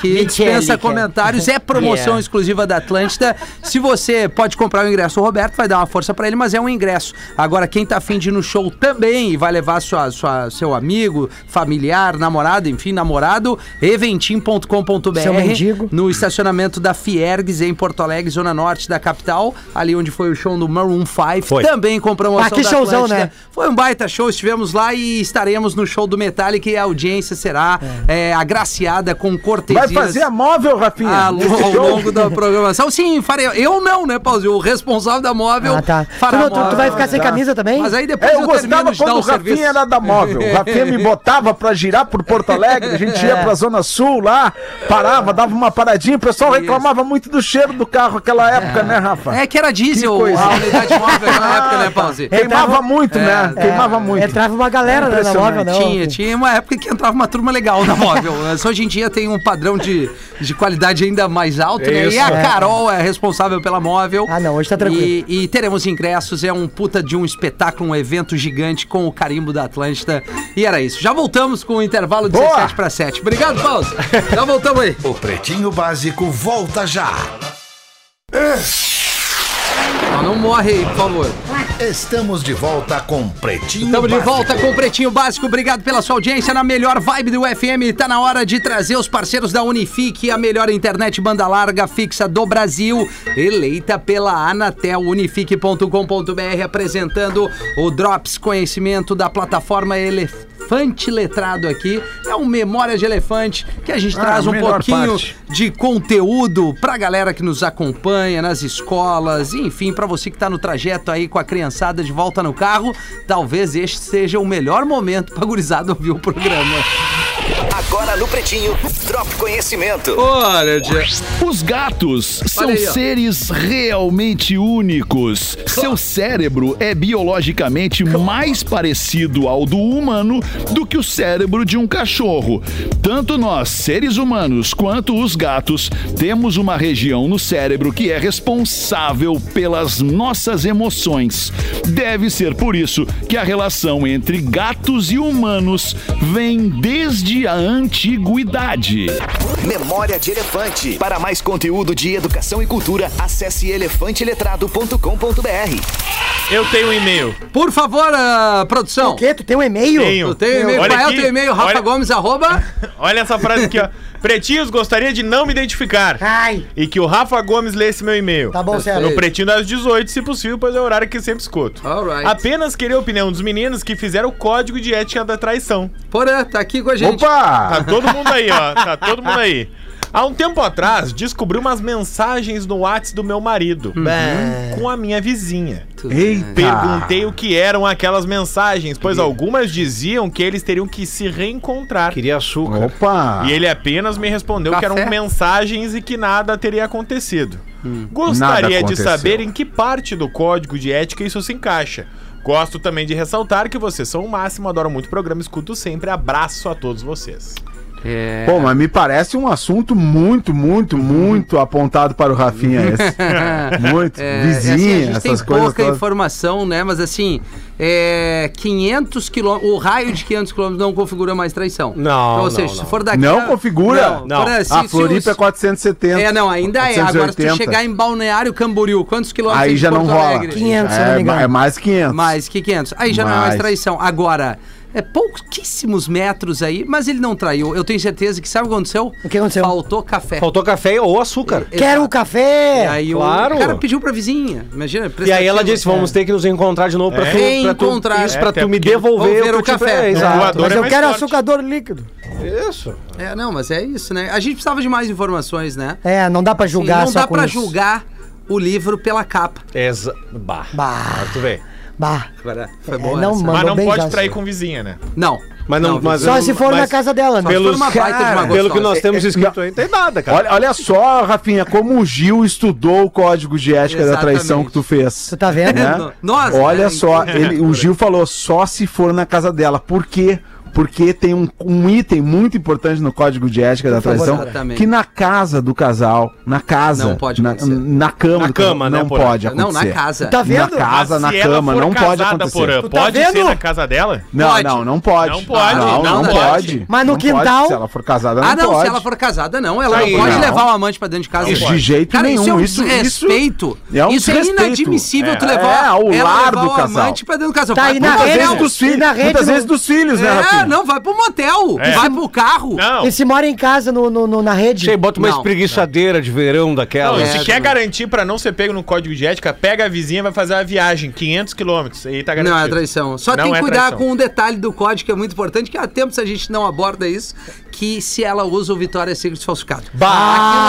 Speaker 4: Que
Speaker 9: Metallica.
Speaker 4: dispensa comentários, é promoção
Speaker 9: Yeah.
Speaker 4: exclusiva da Atlântida. Se você pode comprar o ingresso, o Roberto vai dar uma força pra ele, mas é um ingresso. Agora, quem tá afim de ir no show também e vai levar sua, sua- seu amigo, familiar, namorado, enfim, namorado,
Speaker 5: Seu
Speaker 4: eventim.com.br
Speaker 5: mendigo.
Speaker 4: no estacionamento da Fiergues em Porto Alegre, zona norte da capital, ali onde foi o show do Maroon 5,
Speaker 7: Foi.
Speaker 4: também com promoção
Speaker 5: Ah, que
Speaker 4: da
Speaker 5: showzão,
Speaker 4: Atlântida.
Speaker 5: né?
Speaker 4: Foi um baita show, estivemos lá e estaremos no show do Metallica e a audiência será é, agraciada com
Speaker 8: Vai
Speaker 4: cortesias.
Speaker 8: fazer a móvel, Rafinha?
Speaker 4: ao lo-
Speaker 8: Esse
Speaker 4: ao
Speaker 8: jogo?
Speaker 4: longo da programação. Sim, farei. Eu não, né, Paulinho? O responsável da móvel.
Speaker 5: Ah, tá.
Speaker 4: fará
Speaker 5: Tu não- tu- tu vai ficar sem camisa também?
Speaker 4: Mas aí depois
Speaker 8: É, eu,
Speaker 4: eu, termino
Speaker 8: gostava
Speaker 4: de dar
Speaker 8: quando o
Speaker 4: o
Speaker 8: Rafinha
Speaker 4: serviço.
Speaker 8: era da móvel. O Rafinha me botava pra girar por Porto Alegre, a
Speaker 4: É.
Speaker 8: gente ia pra Zona Sul lá, parava, dava uma paradinha, o pessoal reclamava muito do cheiro do carro naquela época, né, Rafa?
Speaker 4: É que era diesel
Speaker 8: Que coisa.
Speaker 4: a unidade móvel na época, né, Paulinho?
Speaker 8: Queimava muito, né?
Speaker 4: É.
Speaker 8: Queimava muito.
Speaker 5: Entrava uma galera
Speaker 8: É
Speaker 5: na móvel, não.
Speaker 4: Tinha, tinha uma época que entrava uma turma legal na móvel. Mas hoje em dia tem um padrão de, de qualidade ainda mais alto, né? E a Carol é responsável pela móvel.
Speaker 5: Ah, não, hoje tá tranquilo.
Speaker 4: E, e teremos ingressos, é um puta de um espetáculo, um evento gigante com o carimbo da Atlântida. E era isso. Já voltamos com o intervalo 17 para 7. Obrigado, Paulo. Já voltamos aí.
Speaker 2: O Pretinho Básico volta já.
Speaker 4: Não, não morre aí, por favor.
Speaker 2: Estamos de volta com Pretinho
Speaker 4: Estamos de
Speaker 2: Básico.
Speaker 4: volta com o Pretinho Básico. Obrigado pela sua audiência na melhor vibe do FM. Tá na hora de trazer os parceiros da Unifique, a melhor internet banda larga fixa do Brasil, eleita pela Anatel Unifique.com.br, apresentando o Drops Conhecimento da plataforma Elef elefante letrado aqui. É um Memória de Elefante que a gente traz um
Speaker 8: melhor
Speaker 4: pouquinho
Speaker 8: parte.
Speaker 4: de conteúdo pra galera que nos acompanha nas escolas, enfim, pra você que tá no trajeto aí com a criançada de volta no carro, talvez este seja o melhor momento pra gurizada ouvir o programa.
Speaker 10: Agora no Pretinho, Drop Conhecimento.
Speaker 4: Olha, tia.
Speaker 2: Os gatos são
Speaker 4: aí, ó.
Speaker 2: seres realmente únicos. Seu cérebro é biologicamente mais parecido ao do humano do que o cérebro de um cachorro. Tanto nós, seres humanos, quanto os gatos, temos uma região no cérebro que é responsável pelas nossas emoções. Deve ser por isso que a relação entre gatos e humanos vem desde a antiguidade.
Speaker 10: Memória de Elefante. Para mais conteúdo de educação e cultura, acesse elefanteletrado.com.br.
Speaker 6: Eu tenho um e-mail.
Speaker 4: Por favor, ah, produção.
Speaker 5: O quê? Tu tem um e-mail?
Speaker 6: Tenho.
Speaker 4: Eu tenho e-mail.
Speaker 6: Olha
Speaker 4: Qual é o
Speaker 6: aqui,
Speaker 4: teu e-mail?
Speaker 6: olha-
Speaker 4: Rafa Gomes, arroba.
Speaker 6: Olha essa frase aqui, ó. Pretinhos, gostaria de não me identificar.
Speaker 5: Ai.
Speaker 6: E que o Rafa Gomes lê esse meu e-mail.
Speaker 5: Tá bom, Sérgio.
Speaker 6: No Pretinho das 18, se possível, pois é o horário que sempre escuto.
Speaker 4: Alright.
Speaker 6: Apenas queria a opinião dos meninos que fizeram o código de ética da traição.
Speaker 4: Porã, tá aqui com a gente.
Speaker 8: Opa!
Speaker 6: Tá todo mundo aí, ó. Tá todo mundo aí. Há um tempo atrás, descobri umas mensagens no WhatsApp do meu marido com a minha vizinha.
Speaker 8: Tá. Eita!
Speaker 6: Perguntei o que eram aquelas mensagens, pois algumas diziam que eles teriam que se reencontrar.
Speaker 7: Queria açúcar.
Speaker 8: Opa!
Speaker 6: E ele apenas me respondeu que
Speaker 4: Café?
Speaker 6: eram mensagens e que nada teria acontecido. Gostaria
Speaker 8: Nada
Speaker 6: de
Speaker 8: aconteceu.
Speaker 6: saber em que parte do código de ética isso se encaixa. Gosto também de ressaltar que vocês são o máximo, adoro muito o programa, escuto sempre. Abraço a todos vocês.
Speaker 4: É.
Speaker 8: Pô, mas me parece um assunto muito, muito, muito apontado para o Rafinha esse. muito.
Speaker 4: É, assim,
Speaker 8: Vizinha,
Speaker 4: a gente
Speaker 8: essas
Speaker 4: tem
Speaker 8: coisas
Speaker 4: pouca
Speaker 8: todas.
Speaker 4: informação, né? Mas assim, é, 500 quilômetros, o raio de 500 quilômetros não configura mais traição. Então,
Speaker 7: Não,
Speaker 4: Ou seja,
Speaker 7: não,
Speaker 4: se
Speaker 7: não.
Speaker 4: for daqui...
Speaker 8: Não
Speaker 4: a-
Speaker 8: configura?
Speaker 7: Não.
Speaker 4: Porã, se-
Speaker 8: a
Speaker 4: assim, se
Speaker 8: Floripa é
Speaker 4: os-
Speaker 8: 470.
Speaker 4: É, não, ainda é. Agora, se tu
Speaker 8: 480.
Speaker 4: chegar em Balneário Camboriú, quantos quilômetros
Speaker 8: Aí
Speaker 4: tem de
Speaker 8: já não
Speaker 4: Porto
Speaker 8: rola.
Speaker 4: Alegre?
Speaker 5: 500, se eu não me
Speaker 8: é,
Speaker 5: engano.
Speaker 8: ma- é mais 500.
Speaker 4: Mais que 500. Aí já não é mais
Speaker 8: Mais.
Speaker 4: traição. Agora, é pouquíssimos metros aí, mas ele não traiu. Eu tenho certeza que sabe o que aconteceu?
Speaker 5: O que aconteceu?
Speaker 4: Faltou café.
Speaker 7: Faltou café ou açúcar.
Speaker 5: Quero um café! É,
Speaker 4: E aí
Speaker 7: Claro.
Speaker 4: o cara pediu pra vizinha. Imagina.
Speaker 7: E aí ela
Speaker 4: prestativo.
Speaker 7: disse, vamos ter que nos encontrar de novo pra tu, pra tu-
Speaker 4: É. Reencontrar.
Speaker 7: isso,
Speaker 4: É,
Speaker 7: pra
Speaker 6: até
Speaker 7: tu me
Speaker 6: porque
Speaker 7: devolver
Speaker 4: vão ver o
Speaker 7: que eu te-
Speaker 4: café.
Speaker 7: É, exato.
Speaker 6: Voador
Speaker 5: Mas
Speaker 6: é
Speaker 5: eu
Speaker 6: mais
Speaker 5: quero
Speaker 6: forte.
Speaker 5: açucador líquido.
Speaker 7: Isso.
Speaker 4: É, não, mas é isso, né? A gente precisava de mais informações, né?
Speaker 5: É, não dá pra julgar
Speaker 4: não
Speaker 5: só
Speaker 4: dá
Speaker 5: com
Speaker 4: pra
Speaker 5: isso.
Speaker 4: julgar o livro pela capa.
Speaker 7: Exa... Bah.
Speaker 5: Bah,
Speaker 6: Tu vê.
Speaker 5: bah.
Speaker 4: Agora, foi
Speaker 5: É,
Speaker 4: boa
Speaker 5: não,
Speaker 4: essa.
Speaker 5: mano.
Speaker 6: Mas
Speaker 5: Mandou
Speaker 6: não
Speaker 5: bem
Speaker 6: pode
Speaker 5: já,
Speaker 6: trair
Speaker 5: sim.
Speaker 6: com vizinha, né?
Speaker 4: Não.
Speaker 7: Mas não- mas
Speaker 5: Só
Speaker 7: eu-
Speaker 5: se for na
Speaker 7: mas-
Speaker 5: casa dela, né?
Speaker 4: Pelo- uma baita de uma
Speaker 7: pelo que nós
Speaker 4: gostosa.
Speaker 7: temos
Speaker 8: É, é,
Speaker 7: escrito
Speaker 8: não.
Speaker 7: aí, não tem nada, cara.
Speaker 8: Olha, olha só, Rafinha, como o Gil estudou o código de ética da traição
Speaker 4: Exatamente.
Speaker 8: que tu fez.
Speaker 5: Tu tá vendo?
Speaker 8: Né?
Speaker 4: Nós,
Speaker 8: Olha
Speaker 4: né?
Speaker 8: só, ele- o Gil falou só se for na casa dela. Por quê? Porque tem um, um item muito importante no código de ética da
Speaker 4: favor,
Speaker 8: traição
Speaker 4: exatamente.
Speaker 8: que na casa do casal, na casa,
Speaker 4: Não pode
Speaker 8: na,
Speaker 4: acontecer.
Speaker 8: na cama,
Speaker 7: Na
Speaker 8: do casal,
Speaker 7: cama, né,
Speaker 8: não
Speaker 7: Porã?
Speaker 8: pode acontecer.
Speaker 4: Não, na casa.
Speaker 5: Tá
Speaker 8: Na
Speaker 5: vendo?
Speaker 8: casa,
Speaker 6: Mas
Speaker 8: na
Speaker 6: se ela
Speaker 8: cama,
Speaker 6: for
Speaker 8: não pode
Speaker 6: casada,
Speaker 8: acontecer.
Speaker 6: Porã,
Speaker 5: Tu tá
Speaker 6: pode ser
Speaker 5: vendo?
Speaker 6: na casa dela?
Speaker 8: Não,
Speaker 4: Pode.
Speaker 8: não, não pode.
Speaker 6: Não pode,
Speaker 8: não,
Speaker 4: não
Speaker 8: não
Speaker 4: pode.
Speaker 8: pode.
Speaker 5: Mas no
Speaker 8: Não pode,
Speaker 5: quintal-
Speaker 8: se ela for casada, não
Speaker 4: ah, não,
Speaker 8: pode.
Speaker 4: se ela for casada, não. Ela
Speaker 7: Sim,
Speaker 4: não pode
Speaker 8: não.
Speaker 4: levar o amante pra dentro de casa.
Speaker 8: De
Speaker 4: pode. Isso
Speaker 8: jeito
Speaker 4: é um
Speaker 8: nenhum, isso-
Speaker 4: desrespeito. Isso,
Speaker 8: isso é um
Speaker 4: é
Speaker 8: desrespeito.
Speaker 4: inadmissível tu
Speaker 8: É,
Speaker 4: levar
Speaker 8: é, ao
Speaker 4: ela
Speaker 8: lar
Speaker 4: levar
Speaker 8: do
Speaker 4: o
Speaker 8: casal.
Speaker 4: amante pra dentro de casa.
Speaker 5: Tá
Speaker 4: Vai
Speaker 5: aí
Speaker 4: pro
Speaker 5: na
Speaker 4: motel.
Speaker 8: Muitas
Speaker 5: rede,
Speaker 8: vezes dos filhos,
Speaker 5: E na rede
Speaker 8: muitas
Speaker 5: não-
Speaker 8: vezes dos filhos, né,
Speaker 4: É,
Speaker 8: Rafinha?
Speaker 4: não, vai pro motel.
Speaker 6: É.
Speaker 4: Vai pro carro.
Speaker 6: Não.
Speaker 5: E se mora em casa, no, no- no- na rede?
Speaker 7: Sei, bota uma
Speaker 4: Não.
Speaker 7: espreguiçadeira de verão daquela.
Speaker 6: Não,
Speaker 4: É,
Speaker 6: se
Speaker 4: tudo
Speaker 6: quer
Speaker 4: bem.
Speaker 6: garantir pra não ser pego no código de ética, pega a vizinha e vai fazer uma viagem, 500 quilômetros. Aí tá garantido.
Speaker 4: Não é traição. Só
Speaker 6: Não
Speaker 4: tem que
Speaker 6: é
Speaker 4: cuidar
Speaker 6: traição.
Speaker 4: com um detalhe do código que é muito importante, que há tempos a gente não aborda isso, que se ela usa o Vitória Secret falsificado.
Speaker 8: Bah,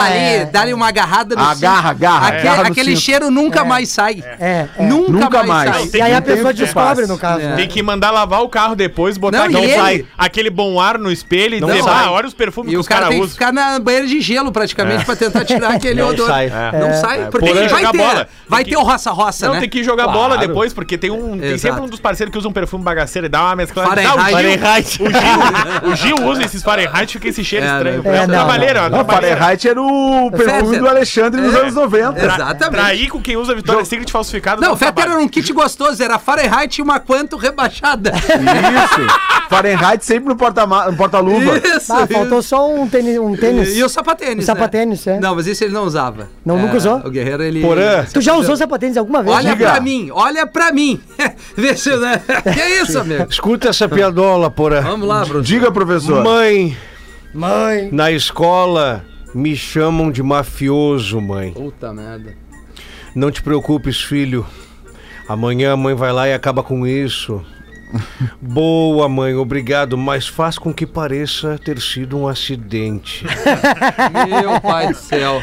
Speaker 4: Aquilo ali,
Speaker 5: é.
Speaker 4: dá-lhe uma agarrada no
Speaker 8: Agarra, agarra,
Speaker 4: Aque-
Speaker 8: agarra no
Speaker 4: aquele
Speaker 8: cinto.
Speaker 4: cheiro nunca mais sai.
Speaker 5: É, é.
Speaker 4: Nunca,
Speaker 8: Nunca
Speaker 4: mais,
Speaker 8: mais.
Speaker 4: sai.
Speaker 5: E aí a
Speaker 8: Não tem
Speaker 5: pessoa
Speaker 8: o que tu
Speaker 5: descobre,
Speaker 8: faz.
Speaker 5: no caso.
Speaker 4: É.
Speaker 5: né?
Speaker 6: Tem que mandar lavar o carro depois, botar
Speaker 4: Não, e
Speaker 6: aquele,
Speaker 4: ele-
Speaker 6: sai- aquele bom ar no espelho e
Speaker 4: Não
Speaker 6: dizer,
Speaker 4: sai.
Speaker 6: "Bah, olha os perfumes
Speaker 4: E
Speaker 6: que
Speaker 4: o
Speaker 6: os
Speaker 4: cara,
Speaker 6: caras
Speaker 4: tem que
Speaker 6: usam.
Speaker 4: ficar na banheira de gelo praticamente pra tentar tirar aquele
Speaker 7: Não
Speaker 4: odor.
Speaker 7: sai.
Speaker 4: Não sai, porque
Speaker 6: Tem que
Speaker 4: vai
Speaker 6: jogar
Speaker 4: ter,
Speaker 6: bola.
Speaker 4: vai
Speaker 6: Tem
Speaker 4: ter
Speaker 6: que-
Speaker 4: o roça-roça,
Speaker 6: Não,
Speaker 4: né?
Speaker 6: tem que jogar
Speaker 7: Claro.
Speaker 6: bola depois, porque tem um. Tem
Speaker 4: Exato.
Speaker 6: sempre um dos parceiros que usa um perfume bagaceiro e dá uma mesclada.
Speaker 4: Fahrenheit. né?
Speaker 6: Dá, o, Gil,
Speaker 7: Fahrenheit.
Speaker 6: o, Gil, o Gil usa esses Fahrenheit, fica esse cheiro
Speaker 4: É,
Speaker 6: estranho.
Speaker 4: né?
Speaker 6: É,
Speaker 5: É,
Speaker 6: uma
Speaker 5: não,
Speaker 6: trabalheira,
Speaker 5: não.
Speaker 6: é uma
Speaker 8: Não,
Speaker 6: trabalheira.
Speaker 8: Fahrenheit era o perfume
Speaker 4: Fetter.
Speaker 8: do Alexandre nos
Speaker 4: É.
Speaker 8: anos 90.
Speaker 4: Exato. Exatamente.
Speaker 6: Trair com quem usa Vitória Secret falsificado. dá
Speaker 4: Não,
Speaker 6: um
Speaker 4: o Fetter
Speaker 6: trabalho.
Speaker 4: era um kit gostoso, era Fahrenheit e uma quanto rebaixada.
Speaker 8: Isso. Fahrenheit sempre no porta-ma- no porta-luva.
Speaker 4: Isso.
Speaker 5: Ah, faltou só um tênis. Um tênis.
Speaker 4: E, e o sapatênis.
Speaker 5: O sapatênis,
Speaker 4: né?
Speaker 5: é.
Speaker 4: Não, mas isso ele não usava. É,
Speaker 5: Não, nunca usou?
Speaker 4: O Guerreiro, ele.
Speaker 7: Porã.
Speaker 5: Tu já usou sapatênis alguma vez?
Speaker 4: Olha
Speaker 8: Diga.
Speaker 4: pra mim, olha pra mim. Vê se. Né? Que é isso, amigo?
Speaker 7: Escuta essa piadola, porra.
Speaker 4: Vamos lá, Bruno.
Speaker 8: Diga, professor.
Speaker 7: Mãe,
Speaker 5: Mãe.
Speaker 7: na escola me chamam de mafioso, mãe.
Speaker 4: Puta merda.
Speaker 7: Não te preocupes, filho. Amanhã a mãe vai lá e acaba com isso.
Speaker 9: Boa, mãe, obrigado, mas faz com que pareça ter sido um acidente.
Speaker 4: Meu pai do céu.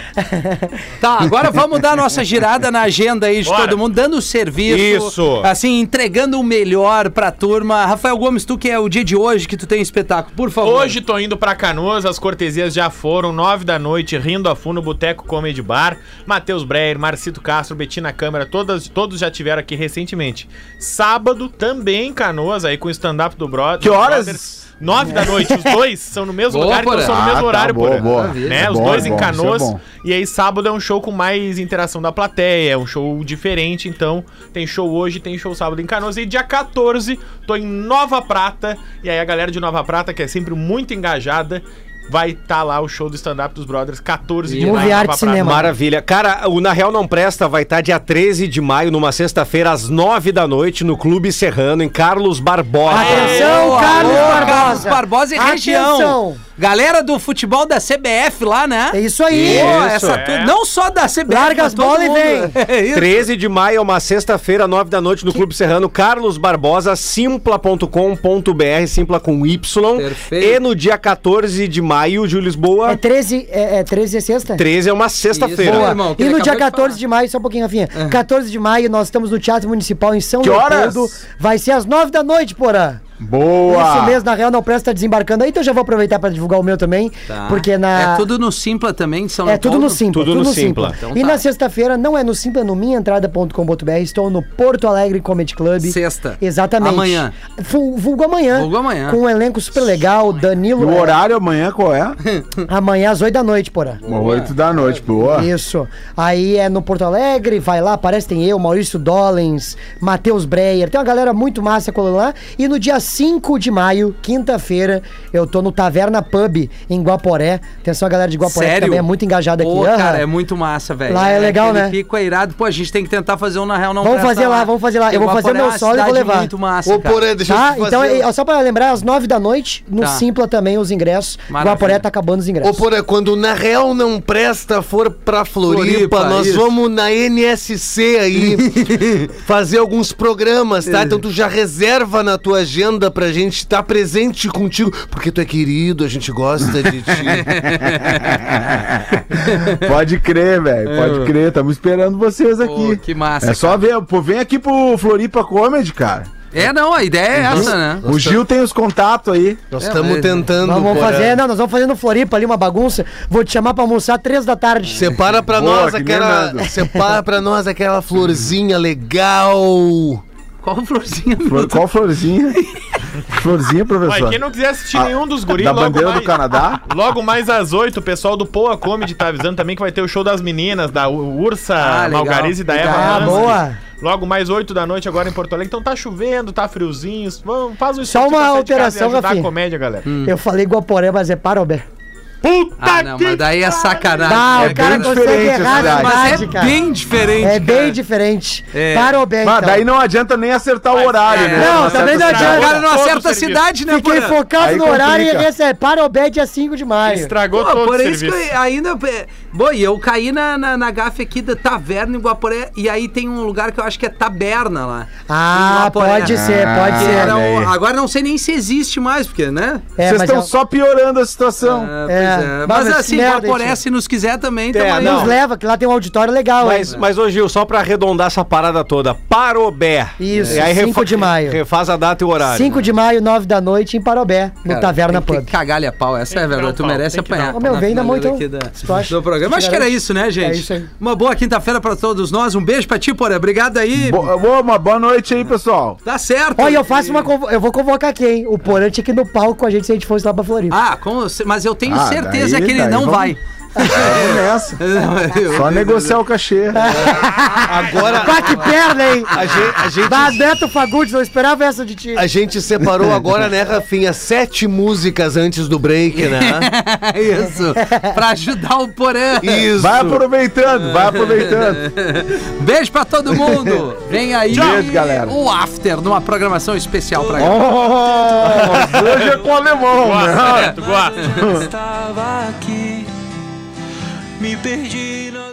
Speaker 4: Tá, agora vamos dar nossa girada na agenda aí de
Speaker 6: Bora.
Speaker 4: todo mundo, dando o serviço.
Speaker 6: Isso.
Speaker 4: Assim, entregando o melhor pra turma. Rafael Gomes, tu que é o dia de hoje que tu tem espetáculo, por favor.
Speaker 6: Hoje tô indo pra Canoas, as cortesias já foram, nove da noite, rindo a fundo, Boteco Comedy Bar, Matheus Breyer, Marcito Castro, Betina Câmara, todas, todos já tiveram aqui recentemente. Sábado também em Canoas, aí com o stand-up do brother.
Speaker 8: Que horas?
Speaker 6: Nove da noite, os dois são no mesmo
Speaker 4: Boa,
Speaker 6: lugar, então
Speaker 4: Porã.
Speaker 6: são no mesmo
Speaker 8: Ah, tá,
Speaker 6: horário,
Speaker 8: boa,
Speaker 6: Porã.
Speaker 8: boa.
Speaker 6: Né? Os
Speaker 8: Bom,
Speaker 6: dois
Speaker 8: é
Speaker 6: em
Speaker 8: bom, isso é
Speaker 6: Canoas.
Speaker 8: bom.
Speaker 6: e aí sábado é um show com mais interação da plateia, é um show diferente, então tem show hoje, tem show sábado em Canoas. E dia 14, tô em Nova Prata, e aí a galera de Nova Prata, que é sempre muito engajada, vai estar lá o show do stand-up dos brothers, 14 de
Speaker 5: Movie
Speaker 6: maio,
Speaker 5: Art Cinema.
Speaker 7: Maravilha. Cara, o Na Real Não Presta vai estar dia 13 de maio, numa sexta-feira, às 9 da noite, no Clube Serrano, em Carlos Barbosa.
Speaker 5: Atenção, Carlos
Speaker 4: Alô,
Speaker 5: Barbosa.
Speaker 4: Carlos Barbosa e região.
Speaker 5: Atenção.
Speaker 4: Galera do futebol da CBF lá, né?
Speaker 5: É isso aí.
Speaker 4: Pô,
Speaker 7: Isso,
Speaker 4: essa
Speaker 6: é.
Speaker 4: tu- Não só da CBF,
Speaker 5: Larga
Speaker 4: mas
Speaker 5: as
Speaker 4: todo
Speaker 5: bolas e
Speaker 4: mundo.
Speaker 5: vem.
Speaker 4: É isso.
Speaker 7: 13 de maio, é uma sexta-feira, 9 da noite, no Clube Serrano, Carlos Barbosa, simpla.com.br, simpla com Y.
Speaker 4: Perfeito.
Speaker 7: E no dia 14 de maio, Júlio
Speaker 5: É
Speaker 7: Lisboa,
Speaker 5: 13, é, é 13 é sexta?
Speaker 7: 13 é uma sexta-feira.
Speaker 4: Isso,
Speaker 5: Boa.
Speaker 4: Boa, irmão, que
Speaker 5: e
Speaker 4: ele
Speaker 5: no dia
Speaker 4: acabou de
Speaker 5: 14
Speaker 4: falar. Ah.
Speaker 5: de, maio, só um pouquinho, Rafinha. 14 de maio, nós estamos no Teatro Municipal em São
Speaker 8: Que horas?
Speaker 5: Leopoldo. Vai ser às 9 da noite, porã.
Speaker 8: Boa!
Speaker 5: Isso mesmo, na real, não presta tá desembarcando aí, então eu já vou aproveitar pra divulgar o meu também.
Speaker 4: Tá.
Speaker 5: Porque
Speaker 4: É
Speaker 5: na.
Speaker 4: tudo no Simpla também, de São
Speaker 5: É tudo
Speaker 4: Leopoldo?
Speaker 5: no Simpla.
Speaker 7: Tudo no Simpla.
Speaker 4: Então
Speaker 5: e
Speaker 4: tá.
Speaker 5: na sexta-feira, não é no Simpla, é no minhaentrada.com.br. Estou no Porto Alegre Comedy Club.
Speaker 4: Sexta.
Speaker 5: Exatamente.
Speaker 4: Amanhã.
Speaker 5: Fu- Vulgo amanhã.
Speaker 4: Vulgo amanhã.
Speaker 5: Com um elenco super legal,
Speaker 8: E
Speaker 5: Danilo. é
Speaker 8: o horário amanhã qual é?
Speaker 5: Amanhã às 8 da noite, porra.
Speaker 8: Oito da noite, boa.
Speaker 5: Isso. Aí é no Porto Alegre, vai lá, aparece tem eu, Maurício Dollens, Matheus Breyer, tem uma galera muito massa colando lá. E no dia 5 de maio, quinta-feira, eu tô no Taverna Pub, em Guaporé. Atenção, a galera de Guaporé que
Speaker 4: Sério?
Speaker 5: também é muito engajada aqui.
Speaker 4: Pô,
Speaker 5: Aham.
Speaker 4: cara, é muito massa, velho.
Speaker 5: Lá é legal,
Speaker 4: aquele
Speaker 5: né?
Speaker 4: pico é irado. Pô, a gente tem que tentar fazer um na real não
Speaker 5: Vamos
Speaker 4: Presta
Speaker 5: fazer lá, vamos fazer lá.
Speaker 4: Porque
Speaker 5: Eu vou fazer
Speaker 4: Guaporé
Speaker 5: meu
Speaker 4: é uma
Speaker 5: solo e vou
Speaker 4: cidade
Speaker 5: levar.
Speaker 4: muito massa,
Speaker 9: Ô,
Speaker 4: cara.
Speaker 9: Porã, deixa eu
Speaker 5: Tá,
Speaker 9: te fazer...
Speaker 5: então é- é só pra lembrar, às 9 da noite, no
Speaker 4: Tá.
Speaker 5: Simpla também os ingressos.
Speaker 4: Maravilha.
Speaker 5: Guaporé tá acabando os
Speaker 9: Ô,
Speaker 5: ingressos.
Speaker 9: Porã, quando na real não presta, for pra Floripa,
Speaker 4: Floripa,
Speaker 9: nós
Speaker 4: isso.
Speaker 9: vamos na NSC aí fazer alguns programas, tá? Então tu já reserva na tua agenda pra gente estar presente contigo, porque tu é querido, a gente gosta de ti.
Speaker 8: Pode crer, velho. Pode crer. Estamos esperando vocês aqui.
Speaker 4: que massa,
Speaker 8: É só ver. Pô, vem aqui pro Floripa Comedy, cara.
Speaker 4: É, não, a ideia é essa, né?
Speaker 8: O Gil tem os contatos aí.
Speaker 9: Nós
Speaker 4: É
Speaker 9: estamos
Speaker 4: mesmo.
Speaker 9: tentando,
Speaker 5: Nós vamos
Speaker 9: Porã.
Speaker 5: fazer, não, nós vamos fazer no Floripa ali uma bagunça. Vou te chamar pra almoçar três da tarde.
Speaker 9: Separa pra
Speaker 8: Boa,
Speaker 9: nós
Speaker 8: que nem
Speaker 9: aquela.
Speaker 8: nada.
Speaker 9: Separa pra nós aquela florzinha legal.
Speaker 4: Qual florzinha?
Speaker 8: Flor- Qual florzinha? florzinha,
Speaker 6: Ué,
Speaker 8: professor?
Speaker 6: quem não quiser assistir
Speaker 8: Ah,
Speaker 6: nenhum dos guris,
Speaker 8: da
Speaker 6: logo
Speaker 8: bandeira
Speaker 6: mais,
Speaker 8: do Canadá?
Speaker 6: Logo mais às 8, o pessoal do Poa Comedy tá avisando também que vai ter o show das meninas, da U- Ursa
Speaker 4: Ah, legal.
Speaker 6: Malgariz e da Eva
Speaker 5: Ah,
Speaker 6: Manzi.
Speaker 5: boa.
Speaker 6: Logo mais 8 da noite agora em Porto Alegre. Então tá chovendo, tá friozinho. Vamos, faz um
Speaker 5: Só
Speaker 6: esforço pra
Speaker 5: uma
Speaker 6: sair de casa
Speaker 5: alteração,
Speaker 6: e ajudar a
Speaker 5: Rafinha.
Speaker 6: comédia, galera.
Speaker 4: Hum.
Speaker 5: Eu falei Guaporé, mas é Parobé.
Speaker 6: Puta
Speaker 8: Tá
Speaker 4: Ah, não, mas daí é sacanagem.
Speaker 5: Ah,
Speaker 4: né,
Speaker 5: o cara
Speaker 8: bem
Speaker 5: consegue
Speaker 8: diferente a
Speaker 5: errar na
Speaker 8: cidade.
Speaker 4: Mas é
Speaker 5: cidade, cara.
Speaker 4: bem diferente,
Speaker 5: É
Speaker 4: cara.
Speaker 5: bem diferente.
Speaker 4: É.
Speaker 5: Parobé,
Speaker 8: Mas
Speaker 5: então.
Speaker 8: daí não adianta nem acertar o horário,
Speaker 4: é,
Speaker 8: né?
Speaker 5: não,
Speaker 8: acerta
Speaker 5: também não
Speaker 8: o
Speaker 5: adianta.
Speaker 8: horário.
Speaker 4: O cara não
Speaker 6: Todo
Speaker 4: acerta a
Speaker 6: serviço.
Speaker 4: cidade, né,
Speaker 5: Fiquei
Speaker 4: Porã?
Speaker 5: focado
Speaker 8: Aí
Speaker 5: no horário e
Speaker 8: complica.
Speaker 5: esse é Parobé dia 5 de maio.
Speaker 6: Estragou
Speaker 4: Pô,
Speaker 6: todo
Speaker 4: por
Speaker 6: o
Speaker 4: isso
Speaker 6: serviço.
Speaker 4: que eu ainda. é, Bom, e eu caí na, na, na gafe aqui da taverna em Guaporé. E aí tem um lugar que eu acho que é taberna lá. em
Speaker 5: Ah,
Speaker 4: Guaporé.
Speaker 5: pode ser, pode
Speaker 4: Que
Speaker 5: ser.
Speaker 4: era um- o-
Speaker 8: Amei.
Speaker 4: agora não sei nem se existe mais, porque, né?
Speaker 5: É,
Speaker 8: Vocês
Speaker 5: mas
Speaker 8: estão
Speaker 5: é-
Speaker 8: só piorando a situação.
Speaker 4: Ah, pois
Speaker 5: É.
Speaker 4: é.
Speaker 5: Bah,
Speaker 4: Mas,
Speaker 5: mas que
Speaker 4: assim,
Speaker 5: merda,
Speaker 4: Guaporé,
Speaker 5: gente.
Speaker 4: se nos quiser também,
Speaker 7: É,
Speaker 4: também.
Speaker 7: não.
Speaker 5: Nos leva, que lá tem um auditório legal.
Speaker 7: Mas,
Speaker 5: hein?
Speaker 7: mas ô Gil, só pra arredondar essa parada toda, Parobé.
Speaker 5: Isso,
Speaker 7: E aí
Speaker 5: 5
Speaker 7: refa-
Speaker 5: de maio.
Speaker 7: Refaz a data e o horário.
Speaker 5: 5 de maio, 9 da noite, em Parobé, no Taverna
Speaker 4: tem
Speaker 5: Pub.
Speaker 4: Que cagalha a pau, essa é,
Speaker 6: que dar
Speaker 4: velho.
Speaker 6: um
Speaker 4: Tu
Speaker 6: pau,
Speaker 4: merece
Speaker 6: tem que dar um
Speaker 4: apanhar.
Speaker 6: pau.
Speaker 5: Ô, meu, vem na mão,
Speaker 4: finaleira
Speaker 5: então.
Speaker 4: aqui
Speaker 5: Tu acha?
Speaker 4: do programa. Acho que era isso, né, gente?
Speaker 5: É isso aí.
Speaker 4: Uma boa quinta-feira pra todos nós. Um beijo pra ti, Poré. Obrigado
Speaker 5: É.
Speaker 4: aí.
Speaker 8: Bo- Boa, uma boa noite aí, pessoal.
Speaker 4: Tá certo.
Speaker 5: Olha, eu faço uma. convo- Eu vou convocar aqui, hein? O Porante aqui no palco com a gente se a gente fosse lá pra Floripa.
Speaker 4: Ah, com- mas eu tenho
Speaker 8: Ah,
Speaker 4: certeza
Speaker 8: daí-
Speaker 4: que ele
Speaker 8: daí
Speaker 4: não
Speaker 8: vamos-
Speaker 4: vai.
Speaker 8: Vamos nessa. Só negociar o
Speaker 5: É
Speaker 8: cachê.
Speaker 9: Agora
Speaker 5: Pá, que perna, hein?
Speaker 9: a gente, a gente
Speaker 5: Bah, Neto Fagundes, não esperava essa de ti.
Speaker 9: A gente separou agora, né, Rafinha, sete músicas antes do break, né?
Speaker 4: É isso. Pra ajudar o Porã.
Speaker 9: Isso.
Speaker 8: Vai aproveitando, vai aproveitando.
Speaker 4: Beijo pra todo mundo. Vem aí
Speaker 8: Beijo, galera.
Speaker 4: o After, numa programação especial
Speaker 5: É.
Speaker 4: pra galera.
Speaker 8: Oh, hoje é com o alemão, né?
Speaker 6: Gosto, Neto, gosto.
Speaker 3: Estava aqui, me perdi na